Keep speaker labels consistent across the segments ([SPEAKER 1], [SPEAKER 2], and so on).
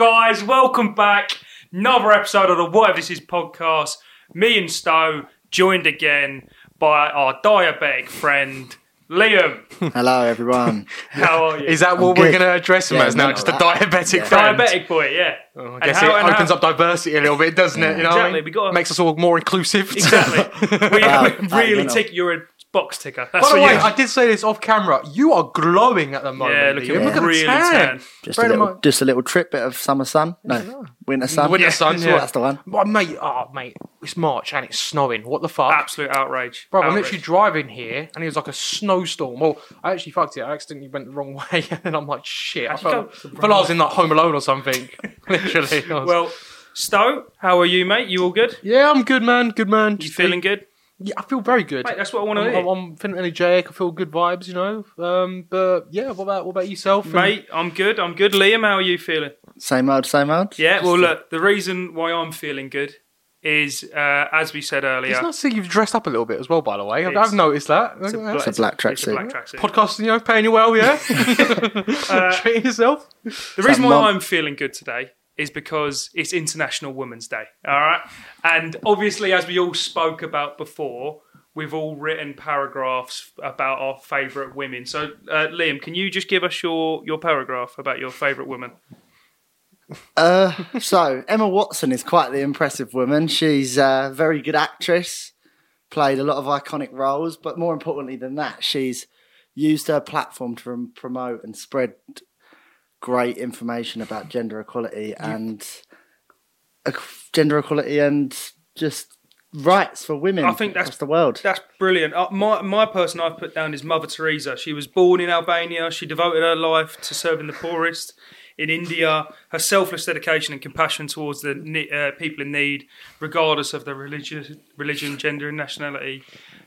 [SPEAKER 1] guys. Welcome back. Another episode of the Whatever This Is podcast. Me and Stowe joined again by our diabetic friend, Liam.
[SPEAKER 2] Hello, everyone.
[SPEAKER 1] How are you?
[SPEAKER 3] Is that what
[SPEAKER 2] I'm
[SPEAKER 3] we're
[SPEAKER 2] good.
[SPEAKER 3] going to address him
[SPEAKER 2] Yeah,
[SPEAKER 3] as
[SPEAKER 2] no,
[SPEAKER 3] now? Just a
[SPEAKER 2] that-
[SPEAKER 3] diabetic friend.
[SPEAKER 1] Diabetic boy, yeah.
[SPEAKER 3] Oh, I
[SPEAKER 1] And
[SPEAKER 3] guess
[SPEAKER 1] how-
[SPEAKER 3] it
[SPEAKER 1] and
[SPEAKER 3] opens
[SPEAKER 1] how-
[SPEAKER 3] up diversity a little bit, doesn't it? You know what I
[SPEAKER 1] Exactly,
[SPEAKER 3] mean?
[SPEAKER 1] we gotta-
[SPEAKER 3] makes us all more inclusive. Uh,
[SPEAKER 1] Exactly. we,
[SPEAKER 2] Wow,
[SPEAKER 1] we
[SPEAKER 2] that
[SPEAKER 1] really
[SPEAKER 2] went
[SPEAKER 1] tick. You're a box ticker. That's
[SPEAKER 3] By the
[SPEAKER 1] what
[SPEAKER 3] way,
[SPEAKER 1] you
[SPEAKER 3] I did say this off camera. You are glowing at the moment.
[SPEAKER 1] Yeah, looking
[SPEAKER 3] Liam. Look at
[SPEAKER 1] really
[SPEAKER 3] the tan.
[SPEAKER 1] tan.
[SPEAKER 2] Just a
[SPEAKER 3] Bear in
[SPEAKER 2] little,
[SPEAKER 3] mind-
[SPEAKER 2] just a little trip bit of summer sun. No, winter sun.
[SPEAKER 3] Winter sun, yeah.
[SPEAKER 2] That's the one.
[SPEAKER 3] Oh, mate, oh, mate, it's March and it's snowing. What the fuck?
[SPEAKER 1] Absolute outrage.
[SPEAKER 3] Bro, I'm
[SPEAKER 1] Outrage.
[SPEAKER 3] literally driving here and it was like a snowstorm. Well, I actually fucked it. I accidentally went the wrong way and then I'm like, shit. I
[SPEAKER 1] Actually,
[SPEAKER 3] felt,
[SPEAKER 1] go the
[SPEAKER 3] felt I was in like Home Alone or something. literally. I was-
[SPEAKER 1] Well, Stowe, how are you, mate? You all good?
[SPEAKER 3] yeah, I'm good, man. Good, man.
[SPEAKER 1] You feeling good?
[SPEAKER 3] Yeah, I feel very good.
[SPEAKER 1] Mate, that's what I want to
[SPEAKER 3] I'm,
[SPEAKER 1] hear.
[SPEAKER 3] I'm, I'm feeling energetic. I feel good vibes, you know. Um, but yeah, what about what about yourself, And-
[SPEAKER 1] Mate, I'm good. I'm good. Liam, how are you feeling?
[SPEAKER 2] Same old, same old.
[SPEAKER 1] Yeah, well, look, the reason why I'm feeling good is, uh, as we said earlier,
[SPEAKER 3] It's nice to see you've dressed up a little bit as well. By the way, I've,
[SPEAKER 1] It's-
[SPEAKER 3] I've noticed that.
[SPEAKER 1] it's
[SPEAKER 3] Yeah.
[SPEAKER 1] bla-
[SPEAKER 2] a black
[SPEAKER 1] it's a
[SPEAKER 2] tracksuit.
[SPEAKER 1] black tracksuit.
[SPEAKER 3] Podcast, you know, paying you well, yeah.
[SPEAKER 1] Uh,
[SPEAKER 3] Treating yourself.
[SPEAKER 1] The reason why
[SPEAKER 2] mum-
[SPEAKER 1] I'm feeling good today is because it's International Women's Day. All right. And obviously, as we all spoke about before, we've all written paragraphs about our favourite women. So, uh, Liam, can you just give us your, your paragraph about your favourite woman?
[SPEAKER 2] Uh, so Emma Watson is quite the impressive woman. She's a very good actress, played a lot of iconic roles, but more importantly than that, she's used her platform to prom- promote and spread great information about gender equality and ec- gender equality and just rights for women.
[SPEAKER 1] I think that's-
[SPEAKER 2] across the world.
[SPEAKER 1] That's brilliant. Uh, my my person I've put down is Mother Teresa. She was born in Albania. She devoted her life to serving the poorest in India. Her selfless dedication and compassion towards the ne- uh, people in need, regardless of their religious religion, gender, and nationality,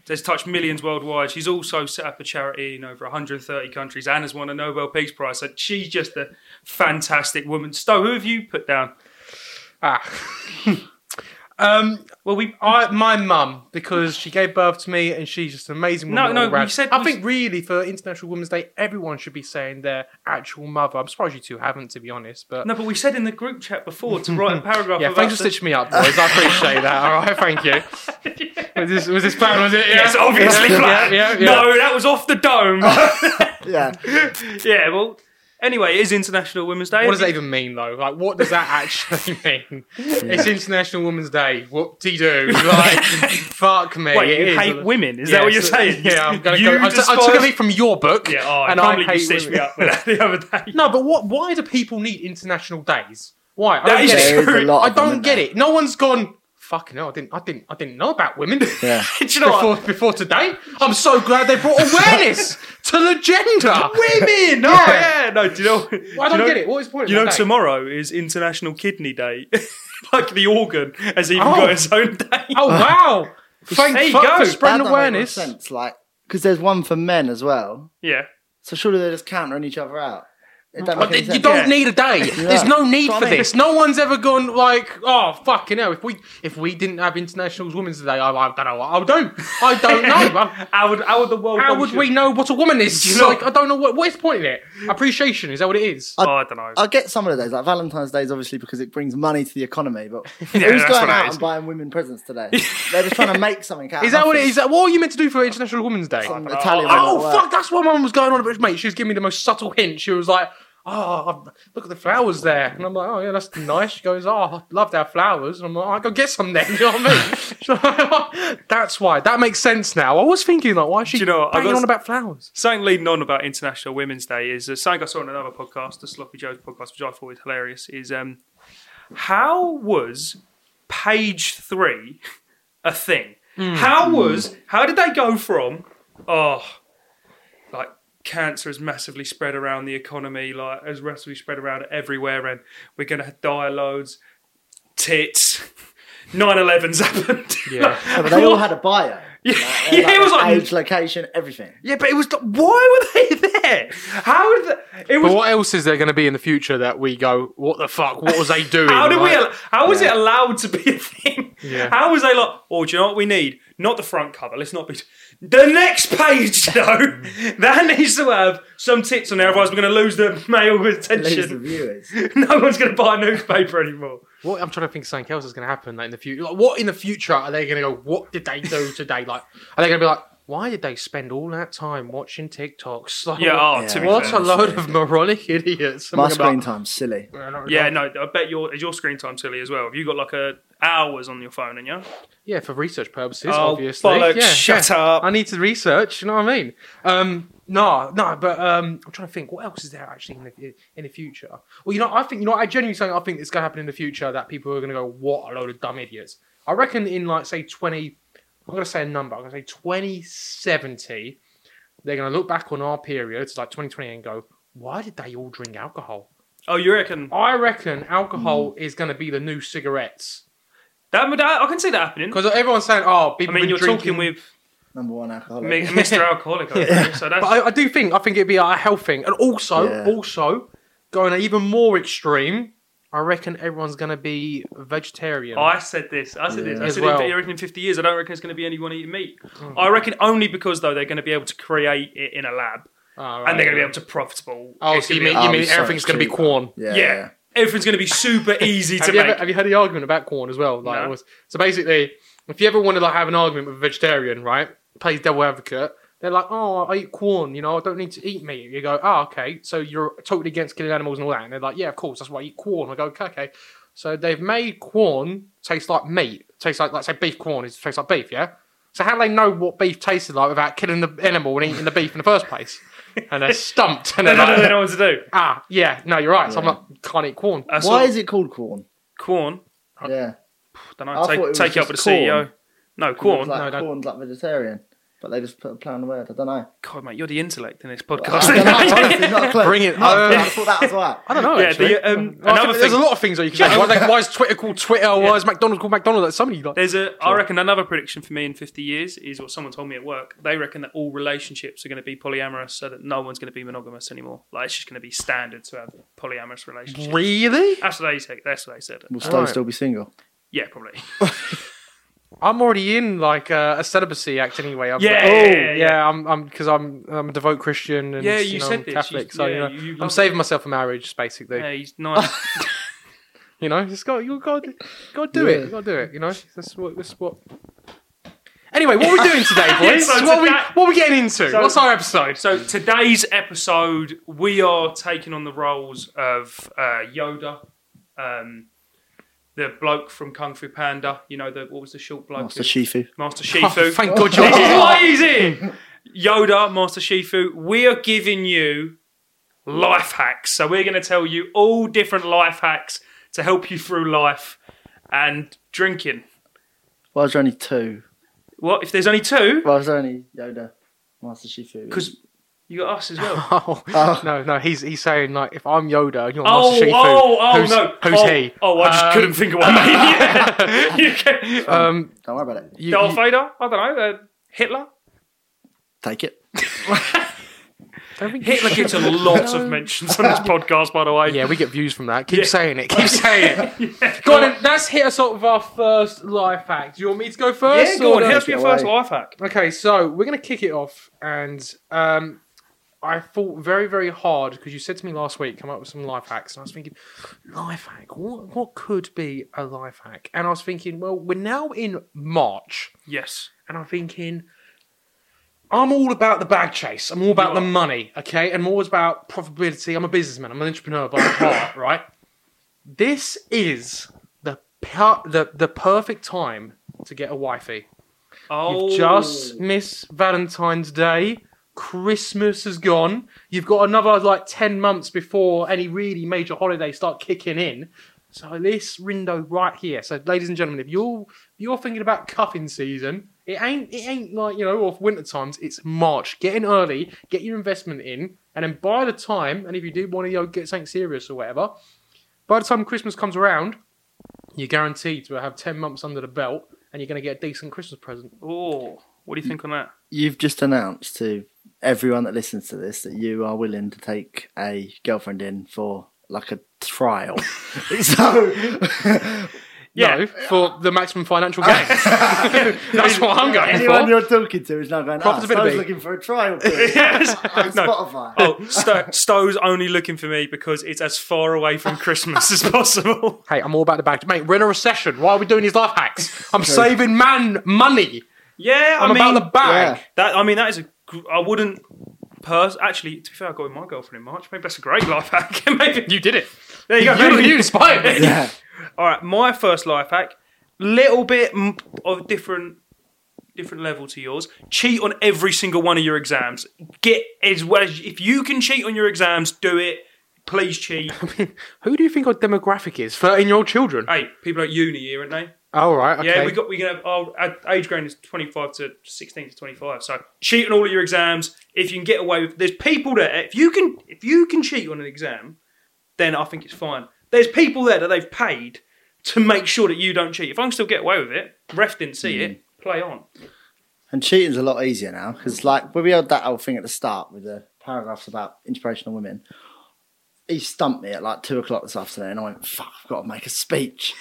[SPEAKER 1] has touched millions worldwide. She's also set up a charity in over 130 countries and has won a Nobel Peace Prize. So she's just a fantastic woman. Stowe, who have you put down?
[SPEAKER 3] Ah. um,
[SPEAKER 1] Well, we
[SPEAKER 3] I my mum because she gave birth to me and she's just an amazing.
[SPEAKER 1] No,
[SPEAKER 3] Woman
[SPEAKER 1] no,
[SPEAKER 3] all round.
[SPEAKER 1] you said-
[SPEAKER 3] I think really for International Women's Day, everyone should be saying their actual mother. I'm surprised you two haven't, to be honest. But
[SPEAKER 1] no, but we said in the group chat before to write a paragraph.
[SPEAKER 3] Yeah,
[SPEAKER 1] about
[SPEAKER 3] thanks for
[SPEAKER 1] the-
[SPEAKER 3] stitching me up, boys. I appreciate that. All right, thank you. Was this was this plan? Was it? Yeah.
[SPEAKER 1] Yes, obviously.
[SPEAKER 3] Yeah, yeah, yeah.
[SPEAKER 1] No, that was off the dome.
[SPEAKER 2] yeah.
[SPEAKER 1] yeah, well, anyway, it is International Women's Day.
[SPEAKER 3] What does that even mean, though? Like, what does that actually mean? It's International Women's Day. What do you do? Like, fuck me.
[SPEAKER 1] Wait,
[SPEAKER 3] it
[SPEAKER 1] you
[SPEAKER 3] is.
[SPEAKER 1] hate women? Is
[SPEAKER 3] Yeah,
[SPEAKER 1] that what you're
[SPEAKER 3] so-
[SPEAKER 1] saying?
[SPEAKER 3] Yeah, I'm gonna
[SPEAKER 1] You
[SPEAKER 3] go. I t- I took a
[SPEAKER 1] despise-
[SPEAKER 3] leaf from your book.
[SPEAKER 1] Yeah, oh, I
[SPEAKER 3] and
[SPEAKER 1] can't
[SPEAKER 3] I
[SPEAKER 1] believe you
[SPEAKER 3] hate
[SPEAKER 1] stitched
[SPEAKER 3] women.
[SPEAKER 1] me up with that the other day.
[SPEAKER 3] No, but what? Why do people need international days? Why? I
[SPEAKER 1] That
[SPEAKER 3] don't
[SPEAKER 1] is
[SPEAKER 3] get it.
[SPEAKER 2] There is a
[SPEAKER 1] true.
[SPEAKER 2] lot.
[SPEAKER 3] I
[SPEAKER 2] of them,
[SPEAKER 3] don't
[SPEAKER 2] isn't
[SPEAKER 3] get
[SPEAKER 2] there?
[SPEAKER 3] it. No one's gone. Fucking hell! I didn't. I didn't. I didn't know about women.
[SPEAKER 2] Yeah.
[SPEAKER 1] Do you know
[SPEAKER 3] before,
[SPEAKER 1] what?
[SPEAKER 3] before today. I'm so glad they brought awareness to the gender.
[SPEAKER 1] Women! No, yeah.
[SPEAKER 3] Oh, Yeah.
[SPEAKER 1] no, do you know? do
[SPEAKER 3] Well, I
[SPEAKER 1] you
[SPEAKER 3] don't
[SPEAKER 1] know-
[SPEAKER 3] get it. What is the point? of
[SPEAKER 1] You know,
[SPEAKER 3] that day?
[SPEAKER 1] tomorrow is International Kidney Day. like the organ has even
[SPEAKER 3] Oh.
[SPEAKER 1] got its own day.
[SPEAKER 3] Oh wow! Thank
[SPEAKER 1] There you
[SPEAKER 3] fuck
[SPEAKER 1] go.
[SPEAKER 3] for
[SPEAKER 2] That
[SPEAKER 3] spreading
[SPEAKER 2] don't make much
[SPEAKER 3] awareness.
[SPEAKER 2] sense, like, because there's one for men as well.
[SPEAKER 1] Yeah.
[SPEAKER 2] So surely they're just countering each other out. It don't
[SPEAKER 3] But
[SPEAKER 2] make any
[SPEAKER 3] you
[SPEAKER 2] sense.
[SPEAKER 3] don't
[SPEAKER 1] Yeah.
[SPEAKER 3] need a day. There's no
[SPEAKER 2] That's
[SPEAKER 3] need
[SPEAKER 2] what
[SPEAKER 3] for
[SPEAKER 2] I mean.
[SPEAKER 3] this. No one's ever gone like, oh fucking hell! If we if we didn't have International Women's Day, I, I don't know what I'll do. I don't know. Oh, I'm-
[SPEAKER 1] How would, how would the world
[SPEAKER 3] How would
[SPEAKER 1] function?
[SPEAKER 3] we know what a woman is?
[SPEAKER 1] You know-
[SPEAKER 3] like, I don't know what what is the point in it. Appreciation is that what it is?
[SPEAKER 1] Oh, I don't know.
[SPEAKER 2] I get some of the days, like Valentine's Day is obviously because it brings money to the economy, but who's
[SPEAKER 1] that's what
[SPEAKER 2] going
[SPEAKER 1] it
[SPEAKER 2] out
[SPEAKER 1] is.
[SPEAKER 2] and buying women presents today? They're just trying to make something out
[SPEAKER 3] Is that what it is? That what are you meant to do for International Women's Day?
[SPEAKER 2] Some Italian
[SPEAKER 3] Oh
[SPEAKER 2] women at
[SPEAKER 3] fuck!
[SPEAKER 2] work.
[SPEAKER 3] That's what my mum was going on about, mate. She was giving me the most subtle hint. She was like, "Oh, look at the flowers there," and I'm like, "Oh yeah, that's nice." She goes, "Oh, I love their flowers," and I'm like, "I go get some then." You know what I mean? that's why. That makes sense now. I was thinking like, why is she
[SPEAKER 1] you know what? I
[SPEAKER 3] banging
[SPEAKER 1] got-
[SPEAKER 3] on about flowers?
[SPEAKER 1] Something leading on about International Women's Day is uh, something I saw on another podcast, the Sloppy Joe's podcast, which I thought was hilarious. Is um, how was page three a thing?
[SPEAKER 2] Hmm.
[SPEAKER 1] How was how did they go from oh, like cancer is massively spread around the economy, like as massively spread around everywhere, and we're gonna die loads, tits, 9-11's happened.
[SPEAKER 3] Yeah.
[SPEAKER 2] But they all had a bio.
[SPEAKER 1] Yeah,
[SPEAKER 2] Like,
[SPEAKER 1] yeah, it was like
[SPEAKER 2] age, location, everything.
[SPEAKER 1] yeah, but it was like, why were they there? How did the, it
[SPEAKER 3] But
[SPEAKER 1] was?
[SPEAKER 3] what else is there going to be in the future that we go, what the fuck? What was they doing?
[SPEAKER 1] How did we?
[SPEAKER 3] Like,
[SPEAKER 1] al- How was it allowed to be a thing?
[SPEAKER 3] Yeah.
[SPEAKER 1] How was they like? Oh, do you know what we need? Not the front cover. Let's not be. The next page, though, that needs to have some tits on there. Otherwise, we're going to lose the male
[SPEAKER 2] Lose the
[SPEAKER 1] attention.
[SPEAKER 2] viewers.
[SPEAKER 1] no one's going to buy a newspaper anymore.
[SPEAKER 3] What I'm trying to think, of something else is going to happen like, in the future. Like, what in the future are they going to go? What did they do today? Like, are they going to be like, why did they spend all that time watching TikToks? Like,
[SPEAKER 1] Yeah, oh,
[SPEAKER 2] Yeah.
[SPEAKER 1] to be
[SPEAKER 3] what
[SPEAKER 1] fair.
[SPEAKER 3] a load of moronic idiots.
[SPEAKER 2] My
[SPEAKER 3] Something
[SPEAKER 2] screen
[SPEAKER 3] about-
[SPEAKER 2] time's silly.
[SPEAKER 1] Yeah, no, I bet your is your screen time silly as well. Have you got like a hours on your phone and you?
[SPEAKER 3] Yeah, for research purposes,
[SPEAKER 1] Oh,
[SPEAKER 3] obviously.
[SPEAKER 1] bollocks,
[SPEAKER 3] yeah,
[SPEAKER 1] shut
[SPEAKER 3] yeah.
[SPEAKER 1] up.
[SPEAKER 3] I need to research. You know what I mean? Um, no, no, but um, I'm trying to think. What else is there actually in the in the future? Well, you know, I think you know. I genuinely think I think it's going to happen in the future that people are going to go, "What a load of dumb idiots." I reckon in like say 20, I'm going to say a number. I'm going to say 2070. They're going to look back on our period, it's like 2020, and go, "Why did they all drink alcohol?"
[SPEAKER 1] Oh, you reckon
[SPEAKER 3] I reckon alcohol
[SPEAKER 1] Hmm.
[SPEAKER 3] is going to be the new cigarettes
[SPEAKER 1] that, would I can see that happening.
[SPEAKER 3] because everyone's saying, "Oh,
[SPEAKER 1] I
[SPEAKER 3] people."
[SPEAKER 1] mean,
[SPEAKER 3] been
[SPEAKER 1] you're
[SPEAKER 3] drinking
[SPEAKER 1] talking with
[SPEAKER 2] Number one alcoholic.
[SPEAKER 1] Mi- Mr. Alcoholic, over here, so that's
[SPEAKER 3] But I, I do think I think it'd be a health thing, and also
[SPEAKER 2] Yeah.
[SPEAKER 3] also going even more extreme. I reckon everyone's gonna be vegetarian.
[SPEAKER 1] I said this. I said this. I
[SPEAKER 3] As
[SPEAKER 1] said
[SPEAKER 3] well. Hmm.
[SPEAKER 1] in, I reckon in 50 years, I don't reckon it's going to be anyone eating meat. I reckon only because, though, they're going to be able to create it in a lab
[SPEAKER 3] Oh, right.
[SPEAKER 1] and they're going to be able to profitable.
[SPEAKER 3] Oh,
[SPEAKER 1] it's
[SPEAKER 3] so you
[SPEAKER 1] gonna
[SPEAKER 3] mean
[SPEAKER 1] be-
[SPEAKER 3] you
[SPEAKER 2] Oh,
[SPEAKER 3] mean
[SPEAKER 2] sorry,
[SPEAKER 3] everything's gonna be
[SPEAKER 2] cheap.
[SPEAKER 3] corn?
[SPEAKER 2] Yeah.
[SPEAKER 1] yeah. Everything's going to be super easy to
[SPEAKER 3] Have you,
[SPEAKER 1] make.
[SPEAKER 3] ever, have you heard the argument about corn as well? Like,
[SPEAKER 1] No.
[SPEAKER 3] it was, so basically, if you ever want to like have an argument with a vegetarian, right, plays devil advocate, they're like, "Oh, I eat corn. You know, I don't need to eat meat." You go, "Oh, okay. So you're totally against killing animals and all that?" And they're like, "Yeah, of course. That's why I eat corn." I go, "Okay, okay." So they've made corn taste like meat. Tastes like, like say, beef corn is tastes like beef. Yeah. So how do they know what beef tasted like without killing the animal and eating the beef in the first place? And they're stumped. And
[SPEAKER 1] they
[SPEAKER 3] they're
[SPEAKER 1] don't know- they
[SPEAKER 3] like,
[SPEAKER 1] know what to do. Uh,
[SPEAKER 3] "Ah, yeah, no, you're right." So I'm
[SPEAKER 2] Yeah.
[SPEAKER 3] like, "Can't eat corn."
[SPEAKER 1] I
[SPEAKER 2] Why
[SPEAKER 1] saw
[SPEAKER 2] is it called corn?
[SPEAKER 1] corn.
[SPEAKER 2] Yeah.
[SPEAKER 1] Don't
[SPEAKER 2] I
[SPEAKER 1] know.
[SPEAKER 2] thought it
[SPEAKER 1] Take,
[SPEAKER 2] was
[SPEAKER 1] take it up
[SPEAKER 2] just
[SPEAKER 1] with the CEO.
[SPEAKER 2] corn.
[SPEAKER 1] No,
[SPEAKER 2] It's
[SPEAKER 1] corn.
[SPEAKER 2] Like
[SPEAKER 3] no, no.
[SPEAKER 2] corn's like vegetarian, but they just put a play on the word. I don't know.
[SPEAKER 1] God, mate, you're the intellect in this
[SPEAKER 2] I
[SPEAKER 1] podcast.
[SPEAKER 2] don't know, honestly, not a clue.
[SPEAKER 3] Bring it
[SPEAKER 2] Not a
[SPEAKER 3] on.
[SPEAKER 2] clue, I thought that was right.
[SPEAKER 3] I don't know.
[SPEAKER 1] Yeah,
[SPEAKER 3] actually.
[SPEAKER 1] the, um,
[SPEAKER 3] Well, I
[SPEAKER 1] another
[SPEAKER 3] think there's a
[SPEAKER 1] thing-
[SPEAKER 3] lot of things that you can say. Why, like, why is Twitter called Twitter? Why is McDonald's called McDonald's? Like, somebody like,
[SPEAKER 1] There's a. I reckon another prediction for me in 50 years is what someone told me at work. They reckon that all relationships are going to be polyamorous, so that no one's going to be monogamous anymore. Like it's just going to be standard to have polyamorous relationships.
[SPEAKER 3] really?
[SPEAKER 1] That's what they said. That's what they said.
[SPEAKER 2] Will Stowe
[SPEAKER 3] Right.
[SPEAKER 2] still be single?
[SPEAKER 1] Yeah, probably.
[SPEAKER 3] I'm already in like uh, a celibacy act anyway. I'm
[SPEAKER 1] Yeah,
[SPEAKER 3] like,
[SPEAKER 1] yeah,
[SPEAKER 3] oh,
[SPEAKER 1] yeah, yeah.
[SPEAKER 3] I'm I'm because I'm I'm a devout Christian and
[SPEAKER 1] Yeah,
[SPEAKER 3] you,
[SPEAKER 1] you
[SPEAKER 3] know,
[SPEAKER 1] said
[SPEAKER 3] I'm
[SPEAKER 1] this.
[SPEAKER 3] Catholic,
[SPEAKER 1] You-
[SPEAKER 3] so
[SPEAKER 1] yeah,
[SPEAKER 3] you know,
[SPEAKER 1] you- you
[SPEAKER 3] I'm
[SPEAKER 1] love-
[SPEAKER 3] saving myself a marriage basically.
[SPEAKER 1] yeah, he's nice.
[SPEAKER 3] You know, just got you got got to do it. You got to do it. You know, that's what that's what. Anyway, what are we doing today, boys?
[SPEAKER 1] so
[SPEAKER 3] what, are we,
[SPEAKER 1] today-
[SPEAKER 3] what are we getting into?
[SPEAKER 1] So-
[SPEAKER 3] What's our episode?
[SPEAKER 1] so today's episode, we are taking on the roles of uh, Yoda, um, the bloke from Kung Fu Panda. You know, the what was the short bloke?
[SPEAKER 2] Master Shifu.
[SPEAKER 1] Master
[SPEAKER 3] Oh,
[SPEAKER 1] Shifu.
[SPEAKER 3] thank God
[SPEAKER 1] This is
[SPEAKER 3] you're.
[SPEAKER 1] why he's in. Yoda, Master Shifu, we are giving you life hacks. So we're going to tell you all different life hacks to help you through life and drinking.
[SPEAKER 2] Why is there only two?
[SPEAKER 1] What if there's only two?
[SPEAKER 2] Why is there only Yoda, Master Shifu?
[SPEAKER 1] Because you got us as well.
[SPEAKER 3] Oh,
[SPEAKER 2] Oh.
[SPEAKER 3] no, no, he's he's saying like if I'm Yoda and you're
[SPEAKER 1] Oh,
[SPEAKER 3] Master Shifu,
[SPEAKER 1] oh, oh,
[SPEAKER 3] who's,
[SPEAKER 1] no.
[SPEAKER 3] who's
[SPEAKER 1] oh,
[SPEAKER 3] he?
[SPEAKER 1] Oh, I just
[SPEAKER 3] Um,
[SPEAKER 1] couldn't think of one. Yeah. You can-
[SPEAKER 3] Um,
[SPEAKER 2] don't worry about it.
[SPEAKER 3] you,
[SPEAKER 1] Darth
[SPEAKER 3] you,
[SPEAKER 1] Vader? I don't know. Uh, Hitler?
[SPEAKER 2] Take it.
[SPEAKER 3] don't think-
[SPEAKER 1] Hitler gets a lot of mentions on this podcast, by the way.
[SPEAKER 3] yeah, we get views from that. Keep
[SPEAKER 1] Yeah.
[SPEAKER 3] saying it. Keep saying it. Go on, then, let's hit us up with our first life hack. Do you want me to go first?
[SPEAKER 1] Yeah, go
[SPEAKER 3] or
[SPEAKER 1] on.
[SPEAKER 3] no?
[SPEAKER 1] Hit us with your
[SPEAKER 2] Get away.
[SPEAKER 1] first life hack.
[SPEAKER 3] Okay, so we're gonna kick it off, and um, I thought very, very hard because you said to me last week, come up with some life hacks, and I was thinking, life hack. What what could be a life hack? And I was thinking, well, we're now in March.
[SPEAKER 1] Yes.
[SPEAKER 3] and I'm thinking, I'm all about the bag chase. I'm all about the money, okay? And I'm always about profitability. I'm a businessman. I'm an entrepreneur by heart, right? This is the per- the the perfect time to get a wifey.
[SPEAKER 1] Oh.
[SPEAKER 3] You've just missed Valentine's Day. Christmas has gone. You've got another like 10 months before any really major holidays start kicking in. So this Rindo right here. So ladies and gentlemen, if you're if you're thinking about cuffing season, it ain't it ain't like, you know, off winter times, it's March. Get in early, get your investment in, and then by the time, and if you do want to you know, get something serious or whatever, by the time Christmas comes around, you're guaranteed to have 10 months under the belt and you're going to get a decent Christmas present.
[SPEAKER 1] Oh. What do you think on that?
[SPEAKER 2] You've just announced to everyone that listens to this that you are willing to take a girlfriend in for like a trial. so
[SPEAKER 1] Yeah.
[SPEAKER 3] No, for the maximum financial gain. That's what I'm going
[SPEAKER 2] anyone
[SPEAKER 3] for.
[SPEAKER 2] you're talking to is now going, oh,
[SPEAKER 3] Profitability.
[SPEAKER 2] Stowe's looking for a trial period
[SPEAKER 1] Yes.
[SPEAKER 2] on
[SPEAKER 1] No.
[SPEAKER 2] Spotify.
[SPEAKER 1] Oh, Sto- Stowe's only looking for me because it's as far away from Christmas as possible.
[SPEAKER 3] Hey, I'm all about the bag. Mate, we're in a recession. Why are we doing these life hacks? I'm saving man money.
[SPEAKER 1] Yeah, I
[SPEAKER 3] I'm
[SPEAKER 1] mean,
[SPEAKER 3] about the bag.
[SPEAKER 2] yeah.
[SPEAKER 1] that. I mean, that is a. gr- I wouldn't. Pers- actually, to be fair, I got with my girlfriend in March. Maybe that's a great life hack. Maybe
[SPEAKER 3] You did it.
[SPEAKER 1] there you go.
[SPEAKER 3] You,
[SPEAKER 1] Maybe-
[SPEAKER 3] you inspired me.
[SPEAKER 2] Yeah.
[SPEAKER 1] All right, my first life hack, little bit m- of different different level to yours. Cheat on every single one of your exams. Get as well as if you can cheat on your exams, do it. Please cheat.
[SPEAKER 3] Who do you think our demographic is? 13 year old children.
[SPEAKER 1] hey, people at uni here, aren't they?
[SPEAKER 3] All right. Okay.
[SPEAKER 1] Yeah, we got we can have our, our age grade is twenty five to sixteen to twenty five. So cheat on all of your exams if you can get away with. There's people there. If you can if you can cheat on an exam, then I think it's fine. There's people there that they've paid to make sure that you don't cheat. If I can still get away with it, ref didn't see it. Play on.
[SPEAKER 2] And cheating's a lot easier now because, like, when we had that whole thing at the start with the paragraphs about inspirational women, he stumped me at like two o'clock this afternoon. And I went, "Fuck, I've got to make a speech."